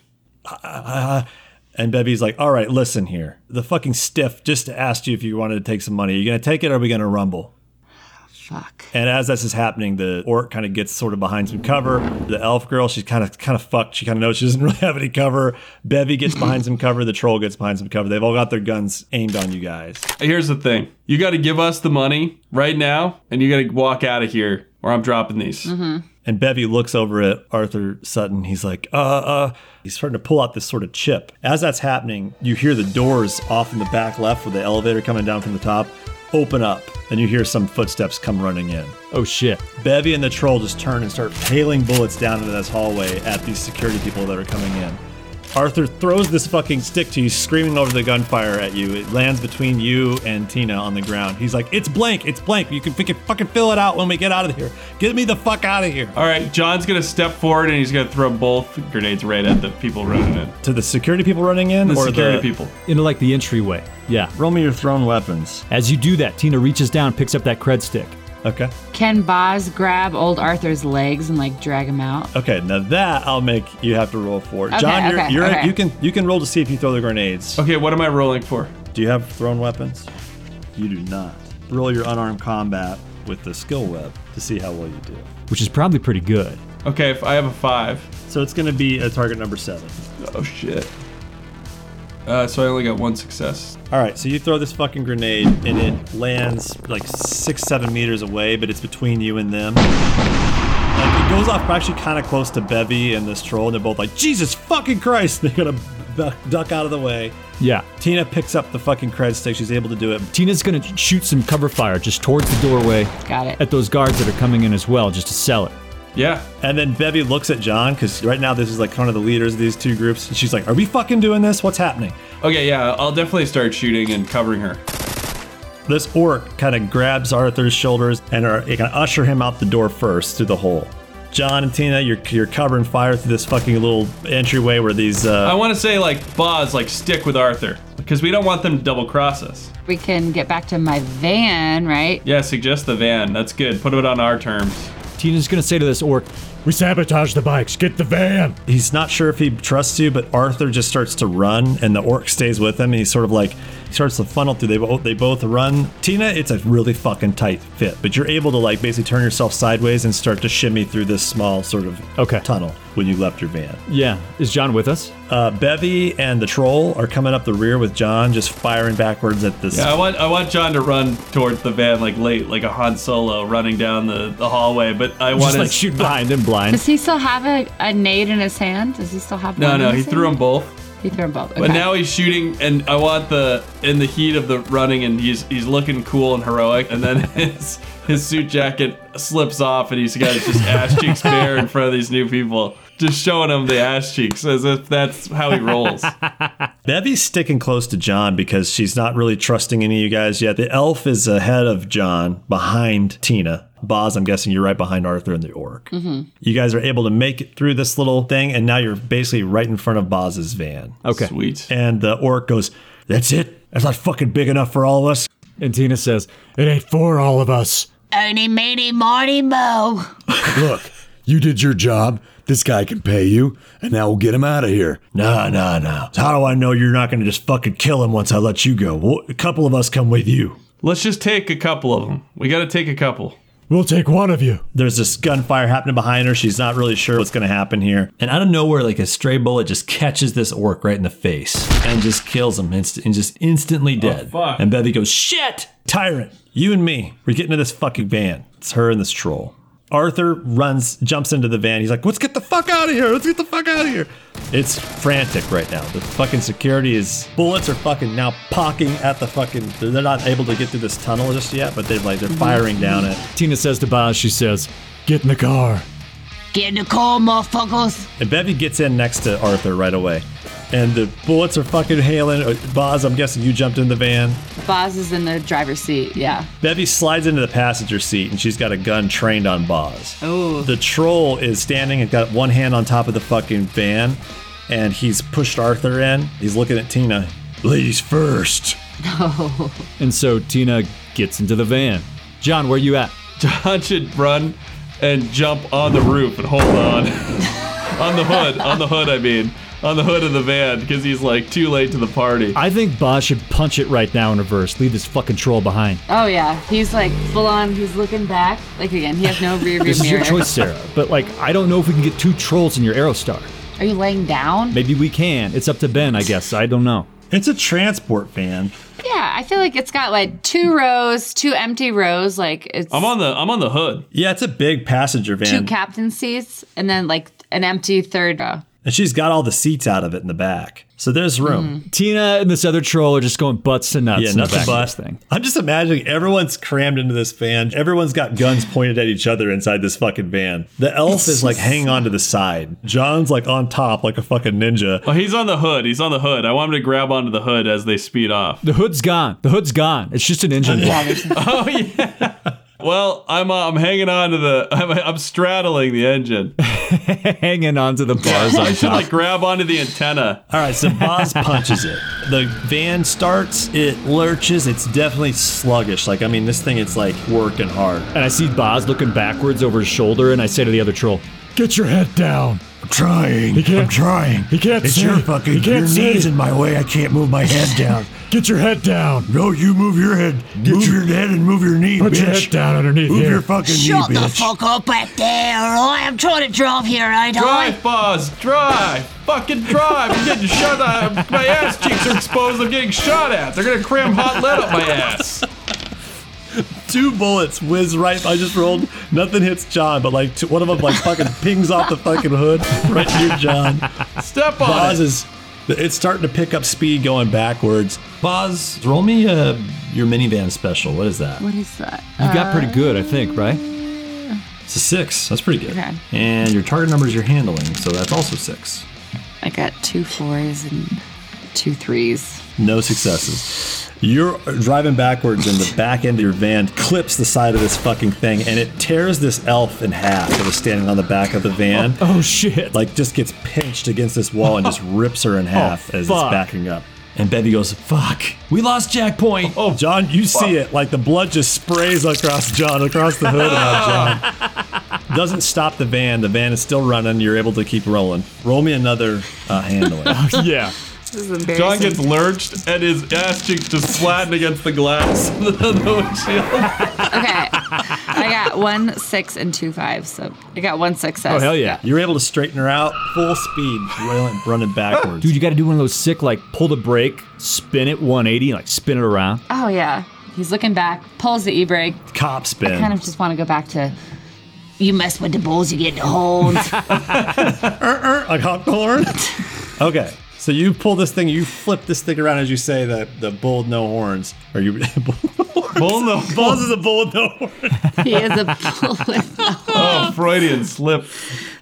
Speaker 2: And Bevy's like, all right, listen here. The fucking stiff just asked you if you wanted to take some money. Are you going to take it or are we going to rumble?
Speaker 4: Fuck.
Speaker 2: And as this is happening, the orc kind of gets sort of behind some cover. The elf girl, she's kind of kind of fucked. She kind of knows she doesn't really have any cover. Bevy gets behind some cover. The troll gets behind some cover. They've all got their guns aimed on you guys.
Speaker 5: Here's the thing you got to give us the money right now, and you got to walk out of here, or I'm dropping these.
Speaker 2: And Bevy looks over at Arthur Sutton. He's like, uh, uh. He's starting to pull out this sort of chip. As that's happening, you hear the doors off in the back left with the elevator coming down from the top open up, and you hear some footsteps come running in.
Speaker 3: Oh shit.
Speaker 2: Bevy and the troll just turn and start hailing bullets down into this hallway at these security people that are coming in. Arthur throws this fucking stick to you, screaming over the gunfire at you. It lands between you and Tina on the ground. He's like, "It's blank, it's blank. You can fucking fucking fill it out when we get out of here. Get me the fuck out of here."
Speaker 5: All right, John's going to step forward and he's going to throw both grenades right at the people running in.
Speaker 2: To the security people running in,
Speaker 5: The
Speaker 2: or
Speaker 5: security
Speaker 2: the
Speaker 5: people.
Speaker 3: Into like the entryway. Yeah.
Speaker 2: Roll me your thrown weapons.
Speaker 3: As you do that, Tina reaches down, picks up that cred stick.
Speaker 2: Okay.
Speaker 4: Can Boz grab old Arthur's legs and like drag him out?
Speaker 2: Okay. Now that I'll make you have to roll for.
Speaker 4: Okay,
Speaker 2: John, you're,
Speaker 4: okay,
Speaker 2: you're
Speaker 4: okay.
Speaker 2: you can you can roll to see if you throw the grenades.
Speaker 5: Okay, what am I rolling for?
Speaker 2: Do you have thrown weapons? You do not. Roll your unarmed combat with the skill web to see how well you do.
Speaker 3: which is probably pretty good.
Speaker 5: Okay, if I have a five.
Speaker 2: So it's going to be a target number seven.
Speaker 5: Oh, shit. Uh, so I only got one success.
Speaker 2: All right, so you throw this fucking grenade and it lands like six, seven meters away, but it's between you and them. Like it goes off actually kind of close to Bevy and this troll, and they're both like, "Jesus fucking Christ!" They're gonna bu- duck out of the way.
Speaker 3: Yeah.
Speaker 2: Tina picks up the fucking cred stick. She's able to do it.
Speaker 3: Tina's gonna shoot some cover fire just towards the doorway.
Speaker 4: Got it.
Speaker 3: At those guards that are coming in as well, just to sell it.
Speaker 5: Yeah.
Speaker 2: And then Bevy looks at John because right now this is like kind of the leaders of these two groups. And she's like, "Are we fucking doing this? What's happening?"
Speaker 5: Okay, yeah, I'll definitely start shooting and covering her.
Speaker 2: This orc kind of grabs Arthur's shoulders and are going to usher him out the door first through the hole. John and Tina, you're, you're covering fire through this fucking little entryway where these.
Speaker 5: I
Speaker 2: Uh,
Speaker 5: want to say like Boz, like stick with Arthur because we don't want them to double cross us.
Speaker 4: We can get back to my van, right?
Speaker 5: Yeah, suggest the van. That's good. Put it on our terms.
Speaker 3: Tina's gonna say to this orc,
Speaker 9: We sabotage the bikes. Get the van.
Speaker 2: he's not sure if he trusts you, but Arthur just starts to run, and the orc stays with him. And he's sort of like he starts to funnel through. They both they both run. Tina, it's a really fucking tight fit, but you're able to like basically turn yourself sideways and start to shimmy through this small sort of
Speaker 3: Okay.
Speaker 2: tunnel when you left your van.
Speaker 3: "Yeah, is John with us?"
Speaker 2: Uh, Bevy and the troll are coming up the rear with John, just firing backwards at this.
Speaker 5: Yeah, I want I want John to run towards the van like late, like a Han Solo running down the, the hallway. But I want
Speaker 3: Just
Speaker 5: to
Speaker 3: like shoot behind him blind.
Speaker 4: Does he still have a, a nade in his hand? Does he still have
Speaker 5: No,
Speaker 4: one
Speaker 5: no,
Speaker 4: in
Speaker 5: he
Speaker 4: his
Speaker 5: threw them
Speaker 4: hand?
Speaker 5: both.
Speaker 4: He threw them both. Okay.
Speaker 5: But now he's shooting, and I want the in the heat of the running, and he's he's looking cool and heroic, and then his his suit jacket slips off, and he's got his just ass cheeks bare in front of these new people, just showing them the ass cheeks as if that's how he rolls.
Speaker 2: Bevy's sticking close to John because she's not really trusting any of you guys yet. The elf is ahead of John, behind Tina. Boz, I'm guessing you're right behind Arthur and the orc. You guys are able to make it through this little thing, and now you're basically right in front of Boz's van.
Speaker 3: Okay.
Speaker 5: Sweet.
Speaker 2: And the orc goes, That's it? That's not fucking big enough for all of us?
Speaker 3: And Tina says,
Speaker 9: It ain't for all of us.
Speaker 10: Only meeny, miny, mo.
Speaker 9: Look, you did your job. This guy can pay you, and now we'll get him out of here.
Speaker 2: Nah, nah, nah. So how do I know you're not going to just fucking kill him once I let you go? Well, a couple of us come with you.
Speaker 5: Let's just take a couple of them. We got to take a couple.
Speaker 9: We'll take one of you.
Speaker 2: there's this gunfire happening behind her. She's not really sure what's going to happen here.
Speaker 6: And out of nowhere, like a stray bullet just catches this orc right in the face and just kills him inst- and just instantly dead.
Speaker 5: fuck.
Speaker 6: And Bevy goes, shit!
Speaker 2: Tyrant, you and me, we're getting to this fucking van. It's her and this troll. Arthur runs, jumps into the van. He's like, let's get the fuck out of here. Let's get the fuck out of here. It's frantic right now. The fucking security is bullets are fucking now pocking at the fucking. They're not able to get through this tunnel just yet, but they're like they're firing down it.
Speaker 3: Mm-hmm. Tina says to Boz, she says,
Speaker 9: Get in the car.
Speaker 10: Get in the car, motherfuckers.
Speaker 2: And Bevy gets in next to Arthur right away, and the bullets are fucking hailing. Uh, Boz, I'm guessing you jumped in the van.
Speaker 4: Boz is in the driver's seat. Yeah.
Speaker 2: Bevy slides into the passenger seat and she's got a gun trained on Boz.
Speaker 4: Ooh.
Speaker 2: The troll is standing and got one hand on top of the fucking van and he's pushed Arthur in. He's looking at Tina. Ladies first.
Speaker 3: and so Tina gets into the van. John, where you at?
Speaker 5: John should run and jump on the roof and hold on. on the hood, on the hood, I mean. On the hood of the van, because he's like too late to the party.
Speaker 3: I think Boz should punch it right now in reverse. Leave this fucking troll behind.
Speaker 4: Oh yeah. He's like full on. He's looking back. Like again, he has no rear view
Speaker 3: This is your
Speaker 4: mirror.
Speaker 3: choice, Sarah. But like, I don't know if we can get two trolls in your Aerostar.
Speaker 4: Are you laying down?
Speaker 3: Maybe we can. It's up to Ben, I guess. I don't know.
Speaker 2: It's a transport van.
Speaker 4: Yeah. I feel like it's got like two rows, two empty rows. Like it's
Speaker 5: I'm on the I'm on the hood.
Speaker 2: Yeah, it's a big passenger
Speaker 4: two
Speaker 2: van.
Speaker 4: captain seats and then like an empty third row.
Speaker 2: and she's got all the seats out of it in the back. So there's
Speaker 4: Mm-hmm.
Speaker 2: room.
Speaker 3: Tina and this other troll are just going butts to nuts.
Speaker 2: Yeah,
Speaker 3: in the
Speaker 2: nothing
Speaker 3: back
Speaker 2: but.
Speaker 3: of this thing.
Speaker 2: I'm just imagining everyone's crammed into this van. Everyone's got guns pointed at each other inside this fucking van. The elf is like hanging on to the side. John's like on top like a fucking ninja.
Speaker 5: Oh, he's on the hood. He's on the hood. I want him to grab onto the hood as they speed off.
Speaker 3: The hood's gone. The hood's gone. It's just an engine block.
Speaker 5: oh yeah. Well, I'm uh, I'm hanging on to the I'm, I'm straddling the engine.
Speaker 3: hanging onto the bars on
Speaker 5: I should
Speaker 3: top.
Speaker 5: like grab onto the antenna.
Speaker 2: All right, so Boz punches it. The van starts, it lurches, it's definitely sluggish. Like, I mean, this thing, it's like working hard.
Speaker 3: And I see Boz looking backwards over his shoulder, and I say to the other troll,
Speaker 9: Get your head down.
Speaker 2: I'm trying.
Speaker 9: can't-
Speaker 2: I'm trying.
Speaker 9: he can't
Speaker 2: It's
Speaker 9: see.
Speaker 2: your fucking.
Speaker 9: He can't
Speaker 2: your
Speaker 9: see.
Speaker 2: knees in my way. I can't move my head down.
Speaker 9: Get your head down.
Speaker 2: no, you move your head. Get your head and move your knee,
Speaker 9: Put
Speaker 2: bitch.
Speaker 9: your head down underneath
Speaker 2: Move
Speaker 9: here.
Speaker 2: your fucking
Speaker 10: Shut
Speaker 2: knee,
Speaker 10: the
Speaker 2: bitch.
Speaker 10: fuck up back there, alright? I'm trying to drive here, ain't I?
Speaker 5: Drive, Boz, drive. fucking drive. I'm getting shot at. My ass cheeks are exposed. I'm getting shot at. They're gonna cram hot lead up my ass.
Speaker 2: Two bullets whiz right. I just rolled. Nothing hits John, but like two, one of them like fucking pings off the fucking hood right near John.
Speaker 5: Step on
Speaker 2: Boz
Speaker 5: it.
Speaker 2: is. It's starting to pick up speed going backwards.
Speaker 6: Boz, roll me uh, your minivan special. What is that?
Speaker 1: What is that?
Speaker 3: You got pretty good, I think, right?
Speaker 6: It's a six. That's pretty good.
Speaker 4: Okay.
Speaker 6: And your target number is your handling, so that's also six.
Speaker 4: I got two fours and two threes.
Speaker 2: No successes. You're driving backwards, and the back end of your van clips the side of this fucking thing, and it tears this elf in half that was standing on the back of the van.
Speaker 3: Oh shit! Oh,
Speaker 2: Like, just gets pinched against this wall and just rips her in half as
Speaker 3: fuck.
Speaker 2: it's backing up.
Speaker 6: And Bevy goes, fuck, we lost Jack Point.
Speaker 2: Oh, John, you see it. Like the blood just sprays across John, across the hood of John. Doesn't stop the van. The van is still running. You're able to keep rolling. Roll me another uh, handling.
Speaker 3: yeah.
Speaker 4: This is embarrassing.
Speaker 5: John gets lurched and his ass cheeks just flatten against the glass of the windshield.
Speaker 4: okay. I got one six and two fives, so I got one success.
Speaker 3: Oh hell yeah!
Speaker 2: You're able to straighten her out full speed, running, running backwards.
Speaker 3: Dude, you got to do one of those sick, like pull the brake, spin it 180, like spin it around.
Speaker 4: Oh yeah. He's looking back, pulls the e brake.
Speaker 2: cop spin.
Speaker 4: Kind of just want to go back to.
Speaker 10: You mess with the bulls, you get the horns.
Speaker 2: I got the horn. okay. So you pull this thing, you flip this thing around as you say the the bull with no horns. Are you bull, bull no balls is a bull with no horns.
Speaker 4: He is a bull with
Speaker 5: Oh, Freudian slip.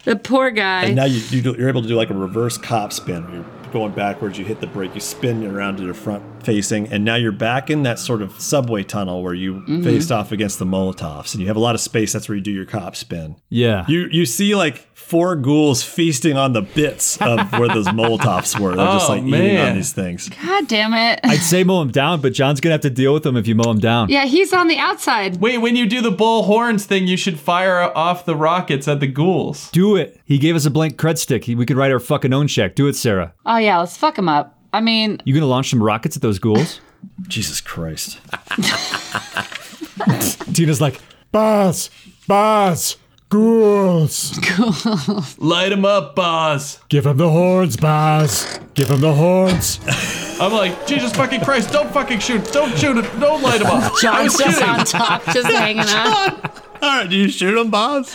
Speaker 4: the poor guy.
Speaker 2: And now you, you do, you're able to do like a reverse cop spin. You're going backwards, you hit the brake, you spin around to your front facing, and now you're back in that sort of subway tunnel where you faced off against the Molotovs, and you have a lot of space. That's where you do your cop spin.
Speaker 3: Yeah.
Speaker 2: You you see like four ghouls feasting on the bits of where those Molotovs were. They're just
Speaker 5: Oh,
Speaker 2: like eating
Speaker 5: man.
Speaker 2: on these things.
Speaker 4: God damn it.
Speaker 3: I'd say mow him down, but John's gonna have to deal with him if you mow him down.
Speaker 4: yeah, he's on the outside.
Speaker 5: Wait, when you do the bull horns thing, you should fire off the rockets at the ghouls.
Speaker 3: Do it. He gave us a blank cred stick. He- We could write our fucking own check. Do it, Sarah.
Speaker 4: Oh yeah, let's fuck him up. I mean,
Speaker 3: You gonna launch some rockets at those ghouls?
Speaker 2: Jesus Christ.
Speaker 3: Tina's like, Boss, Boss, ghouls,
Speaker 5: Light them up, Boz.
Speaker 3: give him the horns, Boss, give him the horns.
Speaker 5: I'm like, Jesus fucking Christ, don't fucking shoot. Don't shoot it. Don't light them up. I was
Speaker 4: just
Speaker 5: kidding.
Speaker 4: on top, just hanging on.
Speaker 2: All right, do you shoot them, Boz?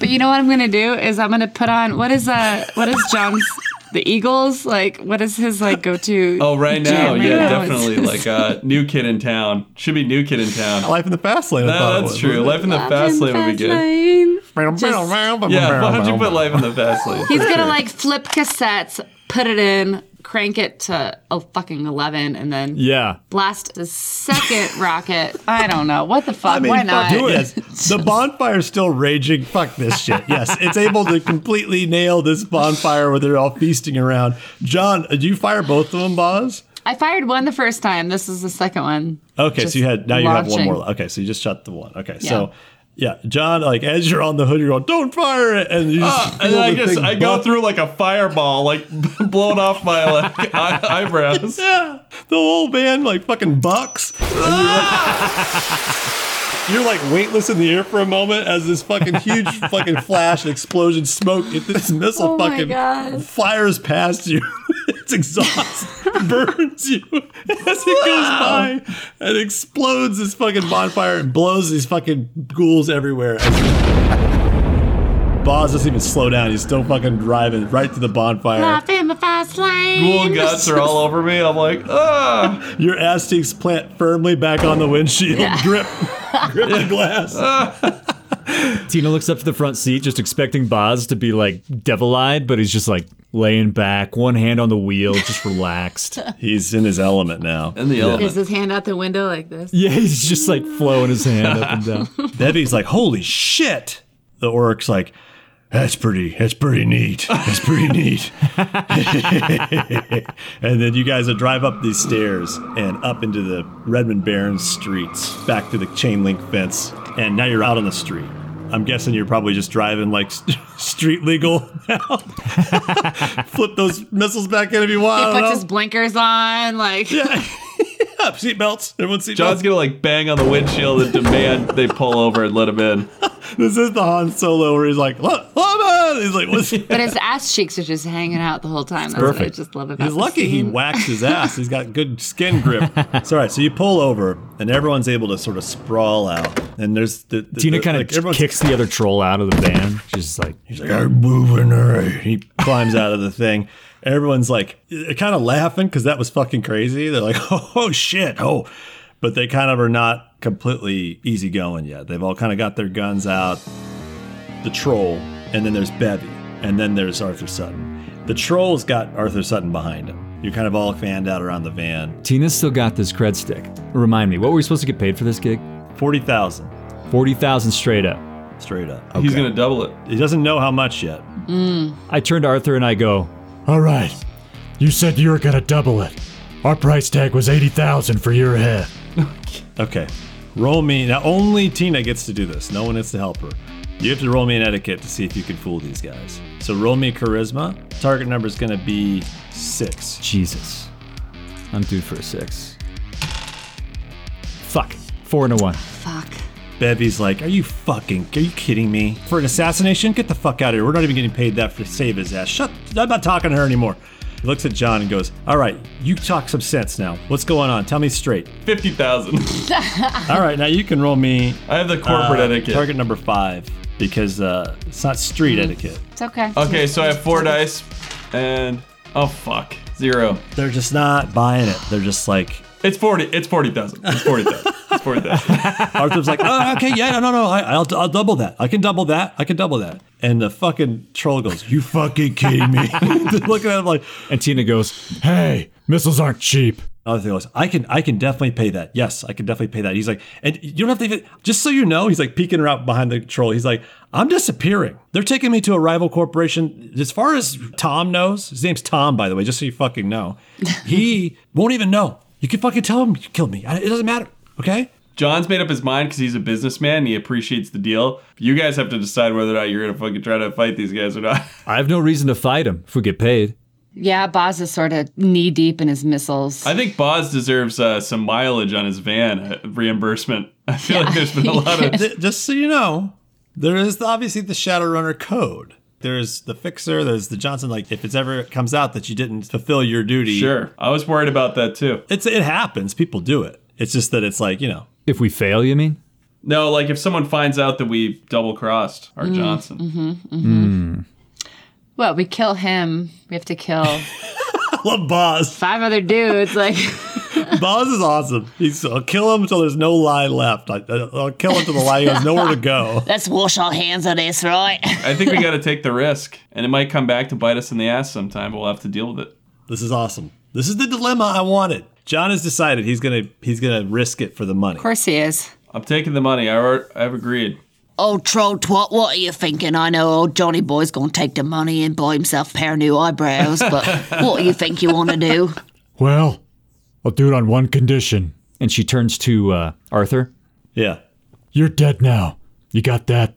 Speaker 4: But you know what I'm gonna do is I'm gonna put on what is uh what is John's the Eagles like what is his like go to?
Speaker 5: Oh, right now,
Speaker 4: right
Speaker 5: yeah,
Speaker 4: now,
Speaker 5: definitely.
Speaker 4: it's-
Speaker 5: Like, uh, new kid in town should be new kid in town.
Speaker 2: Life in the fast lane. I thought
Speaker 5: No,
Speaker 2: it
Speaker 5: that's
Speaker 2: was.
Speaker 5: true. Life in the fast lane would be good. Yeah, why don't you put life in the fast lane?
Speaker 4: He's gonna like flip cassettes, put it in, crank it to a fucking eleven, and then
Speaker 3: Yeah.
Speaker 4: blast the second rocket. I don't know what the fuck.
Speaker 2: I mean,
Speaker 4: Why
Speaker 2: fuck
Speaker 4: not?
Speaker 2: it. Yes. The bonfire's still raging. Fuck this shit. Yes, it's able to completely nail this bonfire where they're all feasting around. John, do you fire both of them, Boz?
Speaker 4: I fired one the first time. This is the second one.
Speaker 2: Okay,
Speaker 4: Just
Speaker 2: so you had now you have one
Speaker 4: launching.
Speaker 2: more. left. Okay, so you just shot the one. Okay, so yeah, John, like as you're on the hood, you're going, "Don't fire it," and you just
Speaker 5: Uh, Ah, And
Speaker 2: feel
Speaker 5: I
Speaker 2: the
Speaker 5: just
Speaker 2: thing
Speaker 5: I go
Speaker 2: buck-
Speaker 5: through like a fireball, like blown off my like eye- eyebrows.
Speaker 2: Yeah, the whole band like fucking bucks. And You're like, you're like weightless in the air for a moment as this fucking huge fucking flash and explosion smoke. It, this missile
Speaker 4: Oh my
Speaker 2: fucking
Speaker 4: God.
Speaker 2: fires past you. Its exhaust burns you as it goes by and explodes this fucking bonfire and blows these fucking ghouls everywhere. Boz doesn't even slow down. He's still fucking driving right to the bonfire.
Speaker 4: in the fast lane.
Speaker 5: Ghoul guts are all over me. I'm like, ah,
Speaker 2: Your ass cheeks plant firmly back on the windshield. Grip, grip the glass.
Speaker 3: Tina looks up to the front seat, just expecting Boz to be like devil eyed, but he's just like laying back, one hand on the wheel, just relaxed.
Speaker 2: He's in his element now.
Speaker 5: and the
Speaker 4: Is
Speaker 5: element.
Speaker 4: his hand out the window like this?
Speaker 3: yeah, he's just like flowing his hand up and down.
Speaker 2: Debbie's like, "Holy shit!" The orc's like, "That's pretty. That's pretty neat. That's pretty neat." and then you guys will drive up these stairs and up into the Redmond Barrens streets, back to the chain link fence, and now you're out on the street. I'm guessing you're probably just driving like st- street legal now. Flip those missiles back in if you want. I
Speaker 4: He
Speaker 2: don't
Speaker 4: puts
Speaker 2: know.
Speaker 4: his blinkers on, like
Speaker 2: up. Seatbelts. Everyone seatbelts.
Speaker 5: John's gonna like bang on the windshield and demand they pull over and let him in.
Speaker 2: This is the Han Solo where he's like, "Look, down. He's like, what's
Speaker 1: But his ass cheeks are just hanging out the whole time. That's what I
Speaker 2: perfect.
Speaker 1: just love about
Speaker 2: He's
Speaker 1: this
Speaker 2: lucky he
Speaker 1: scene.
Speaker 2: waxed his ass. He's got good skin grip. so, all right, so you pull over, and everyone's able to sort of sprawl out. And there's the, the-
Speaker 3: Tina
Speaker 2: the-
Speaker 3: kind
Speaker 2: like,
Speaker 3: of
Speaker 2: everyone's-
Speaker 3: kicks the other troll out of the van. She's just like,
Speaker 2: He's like, I'm moving all right. He climbs out of the thing. Everyone's like, kind of laughing because that was fucking crazy. They're like, oh, shit, oh. But they kind of are not completely easygoing yet. They've all kind of got their guns out. The troll, and then there's Bevy, and then there's Arthur Sutton. The troll's got Arthur Sutton behind him. You're kind of all fanned out around the van.
Speaker 3: Tina's still got this cred stick. Remind me, what were we supposed to get paid for this gig?
Speaker 2: 40,000
Speaker 3: Forty thousand straight up.
Speaker 2: straight up.
Speaker 5: He's gonna double it.
Speaker 2: He doesn't know how much yet.
Speaker 3: I turn to Arthur and I go,
Speaker 11: All right. You said you were gonna double it. Our price tag was 80,000 for your head.
Speaker 2: Okay. Roll me. Now, only Tina gets to do this. No one gets to help her. You have to roll me an etiquette to see if you can fool these guys. So, roll me charisma. Target number is going to be six.
Speaker 3: Jesus, I'm due for a six. Fuck, four and a one.
Speaker 1: Fuck.
Speaker 2: Bevy's like, Are you fucking, are you kidding me? For an assassination? Get the fuck out of here. We're not even getting paid that for save his ass. Shut, I'm not talking to her anymore. He looks at John and goes, All right, you talk some sense now. What's going on? Tell me straight.
Speaker 5: Fifty thousand.
Speaker 2: All right, now you can roll me
Speaker 5: I have the corporate
Speaker 2: uh,
Speaker 5: etiquette. Hmm.
Speaker 2: Target number five because uh, it's not street etiquette.
Speaker 1: It's okay.
Speaker 5: Okay, so I have four dice, and oh fuck, zero.
Speaker 2: They're just not buying it. They're just like
Speaker 5: It's forty. It's forty thousand. It's forty thousand. It's forty thousand.
Speaker 2: Arthur's like, oh, okay, yeah, no, no, no, I, I'll, I'll double that. I can double that. I can double that. And the fucking troll goes, you fucking kidding me? Just looking at him like,
Speaker 3: And Tina goes,
Speaker 11: Hey, missiles aren't cheap.
Speaker 2: Arthur goes, I can, I can definitely pay that. Yes, I can definitely pay that. He's like, and you don't have to even. Just so you know, he's like peeking out behind the troll. He's like, I'm disappearing. They're taking me to a rival corporation. As far as Tom knows, his name's Tom, by the way, just so you fucking know, he won't even know. You can fucking tell him you killed me. I- It doesn't matter. Okay.
Speaker 5: John's made up his mind because he's a businessman and he appreciates the deal. You guys have to decide whether or not you're gonna fucking try to fight these guys or not.
Speaker 3: I have no reason to fight him if we get paid.
Speaker 4: Yeah, Boz is sort of knee deep in his missiles.
Speaker 5: I think Boz deserves uh, some mileage on his van uh, reimbursement. I feel like there's been a lot of
Speaker 2: Th- just so you know, there is obviously the Shadowrunner code. There's the fixer. There's the Johnson. Like if it's ever comes out that you didn't fulfill your duty,
Speaker 5: sure. I was worried about that too.
Speaker 2: it's it happens. People do it. It's just that it's like you know.
Speaker 3: If we fail, you mean?
Speaker 5: No, like if someone finds out that we double crossed our Johnson,
Speaker 4: well, we kill him. We have to kill
Speaker 2: I love Boz.
Speaker 4: five other dudes. Like,
Speaker 2: Boz is awesome. He's I'll kill him until there's no lie left. I, will kill him till the lie has nowhere to go.
Speaker 10: Let's wash our hands of this, right?
Speaker 5: I think we got to take the risk, and it might come back to bite us in the ass sometime. But we'll have to deal with it.
Speaker 2: This is awesome. This is the dilemma I wanted. John has decided he's gonna he's gonna risk it for the money.
Speaker 4: of course he is.
Speaker 5: I'm taking the money. I alre- I've agreed.
Speaker 10: old troll twat, what are you thinking? I know old Johnny Boy's gonna take the money and buy himself a pair of new eyebrows, but what do you think you wanna do?
Speaker 11: Well, I'll do it on one condition.
Speaker 3: And she turns to uh, Arthur.
Speaker 2: Yeah.
Speaker 11: You're dead now. You got that?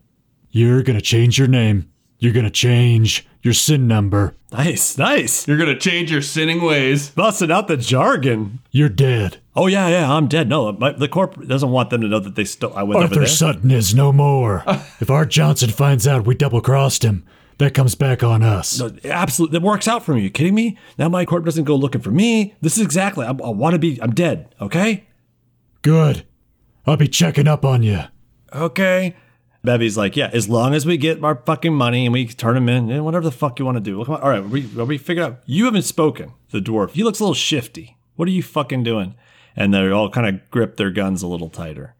Speaker 11: You're gonna change your name. You're gonna change your sin number.
Speaker 2: Nice, nice.
Speaker 5: You're gonna change your sinning ways.
Speaker 2: Busting out the jargon.
Speaker 11: You're dead.
Speaker 2: Oh yeah, yeah, I'm dead. No, my, the corp doesn't want them to know that they stole. I went
Speaker 3: Oh,
Speaker 2: over
Speaker 11: Arthur
Speaker 2: there.
Speaker 11: Sutton is no more. if our Johnson finds out we double crossed him, that comes back on us.
Speaker 2: No, absolutely, that works out for me. You kidding me? Now my corp doesn't go looking for me. This is exactly. I, I want to be. I'm dead. Okay.
Speaker 11: Good. I'll be checking up on you.
Speaker 2: Okay. Bevy's like, yeah, as long as we get our fucking money and we turn them in and whatever the fuck you want to do. Well, come on. All right, we we figured out. You haven't spoken. The dwarf. He looks a little shifty. What are you fucking doing? And they all kind of grip their guns a little tighter.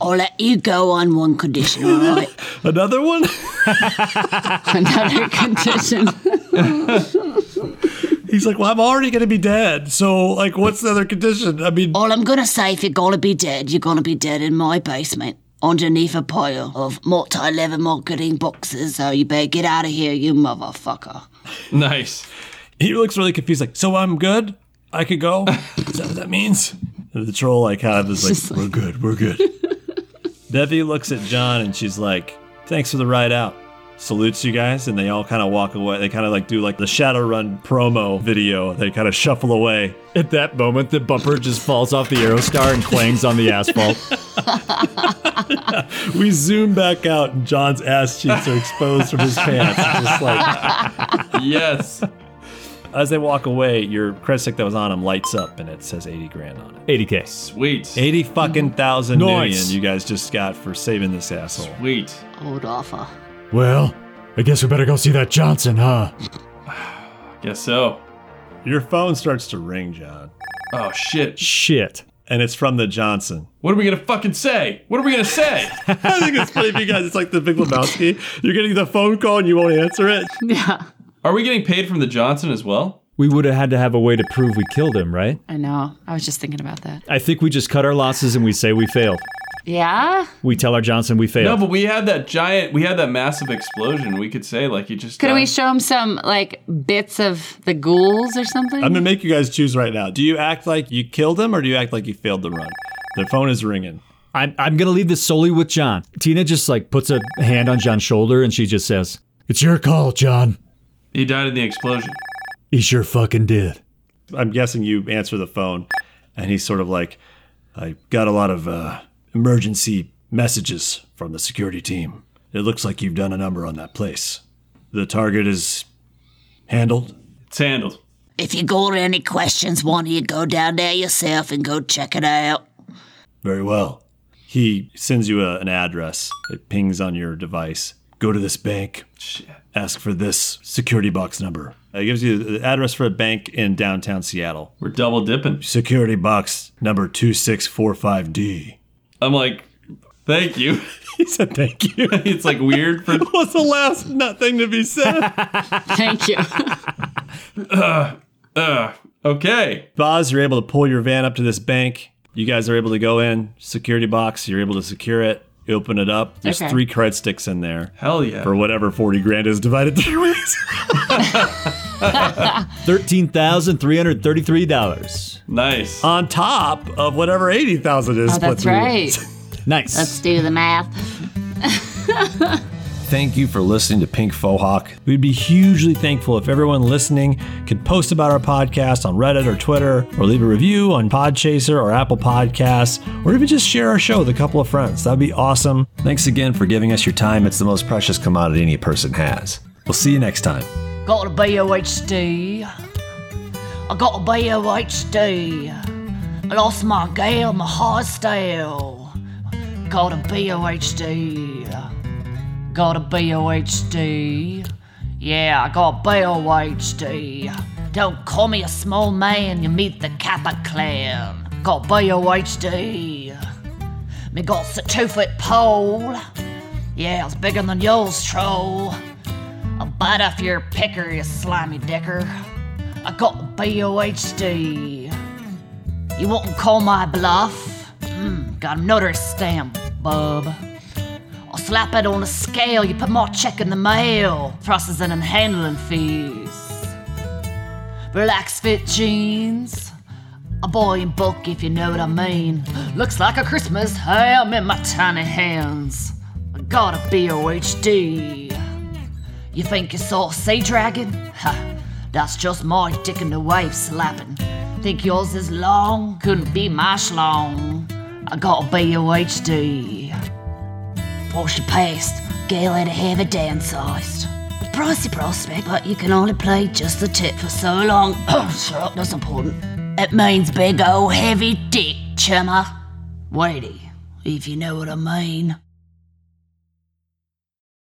Speaker 10: I'll let you go on one condition, alright?
Speaker 2: Another one.
Speaker 4: Another condition.
Speaker 2: He's like, well, I'm already gonna be dead. So like, what's the other condition? I mean,
Speaker 10: All I'm gonna say, if you're gonna be dead, you're gonna be dead in my basement. Underneath a pile of multi-level marketing boxes, so you better get out of here, you motherfucker.
Speaker 5: Nice.
Speaker 2: he looks really confused like so i'm good i could go is that what that means And the troll like kind of is like we're good we're good debbie looks at john and she's like thanks for the ride out salutes you guys and they all kind of walk away they kind of like do like the shadowrun promo video they kind of shuffle away
Speaker 3: At that moment, the bumper just falls off the Aerostar and clangs on the asphalt.
Speaker 2: we zoom back out, and John's ass cheeks are exposed from his pants. It's just like,
Speaker 5: yes.
Speaker 2: As they walk away, your credit stick that was on him lights up, and it says eighty Mm-hmm. grand on it.
Speaker 3: Eighty k.
Speaker 5: Sweet.
Speaker 2: Eighty fucking thousand million
Speaker 11: Nice.
Speaker 2: you guys just got for saving this asshole.
Speaker 5: Sweet.
Speaker 10: Old offer.
Speaker 11: Well, I guess we better go see that Johnson, huh?
Speaker 5: Guess so.
Speaker 2: Your phone starts to ring, John.
Speaker 5: Oh shit.
Speaker 3: Shit.
Speaker 2: And it's from the Johnson.
Speaker 5: What are we gonna fucking say? What are we gonna say?
Speaker 2: I think it's funny if you guys. It's like the Big Lebowski. You're getting the phone call and you won't answer it.
Speaker 4: Yeah.
Speaker 5: Are we getting paid from the Johnson as well?
Speaker 3: We would have had to have a way to prove we killed him, right?
Speaker 4: I know. I was just thinking about that.
Speaker 3: I think we just cut our losses and we say we failed.
Speaker 4: Yeah.
Speaker 3: We tell our Johnson we failed.
Speaker 5: No, but we had that giant, we had that massive explosion. We could say like you just.
Speaker 4: Could
Speaker 5: died.
Speaker 4: we show him some like bits of the ghouls or something?
Speaker 2: I'm gonna make you guys choose right now. Do you act like you killed him or do you act like you failed the run? The phone is ringing.
Speaker 3: I'm, I'm gonna leave this solely with John. Tina just like puts a hand on John's shoulder and she just says,
Speaker 11: It's your call, John.
Speaker 5: He died in the explosion.
Speaker 11: He sure fucking did.
Speaker 2: I'm guessing you answer the phone, and he's sort of like, I got a lot of uh, emergency messages from the security team. It looks like you've done a number on that place. The target is handled.
Speaker 5: It's handled.
Speaker 10: If you got any questions, why don't you go down there yourself and go check it out?
Speaker 2: Very well. He sends you a, an address. It pings on your device. Go to this bank. Ask for this security box number. It gives you the address for a bank in downtown Seattle.
Speaker 5: We're double dipping.
Speaker 2: Security box number 2645D.
Speaker 5: I'm like, thank you.
Speaker 2: He said thank you.
Speaker 5: it's like weird for.
Speaker 2: What's the last nut thing to be said?
Speaker 4: Thank you.
Speaker 5: Uh, okay.
Speaker 2: Boz, you're able to pull your van up to this bank. You guys are able to go in, security box, you're able to secure it, you open it up. There's
Speaker 4: Okay.
Speaker 2: three cred sticks in there.
Speaker 5: Hell yeah.
Speaker 2: For whatever 40 grand is divided three ways.
Speaker 3: $13,333.
Speaker 5: Nice.
Speaker 2: On top of whatever 80,000 is.
Speaker 4: Oh,
Speaker 2: split
Speaker 4: that's
Speaker 2: three
Speaker 4: right.
Speaker 2: ways.
Speaker 3: Nice.
Speaker 10: Let's do the math.
Speaker 6: Thank you for listening to Pink Fohawk. We'd be hugely thankful if everyone listening could post about our podcast on Reddit or Twitter, or leave a review on Podchaser or Apple Podcasts, or even just share our show with a couple of friends. That'd be awesome. Thanks again for giving us your time. It's the most precious commodity any person has. We'll see you next time.
Speaker 10: Got a BOHD. I got a BOHD. I lost my gale, my high style. Got a BOHD. Got a BOHD. Yeah, I got a BOHD. Don't call me a small man, you meet the Kappa clan. Got a BOHD. Me got a two foot pole. Yeah, it's bigger than yours, troll. I'll bite off your picker, you slimy dicker. I got BOHD. You won't call my bluff? Hmm, got another stamp, bub. I'll slap it on a scale, you put more check in the mail. Processing and handling fees. Relax fit jeans. A boy in bulk, if you know what I mean. Looks like a Christmas ham in my tiny hands. I got a BOHD. You think you saw a sea dragon? Ha, that's just my dick in the wave slapping. Think yours is long? Couldn't be my long. I got a BOHD. Portia paste, gale at a heavy downsized. Pricey prospect, but you can only play just the tip for so long. Oh, shut up, that's important. It means big old heavy dick, chummer. Weighty, if you know what I mean.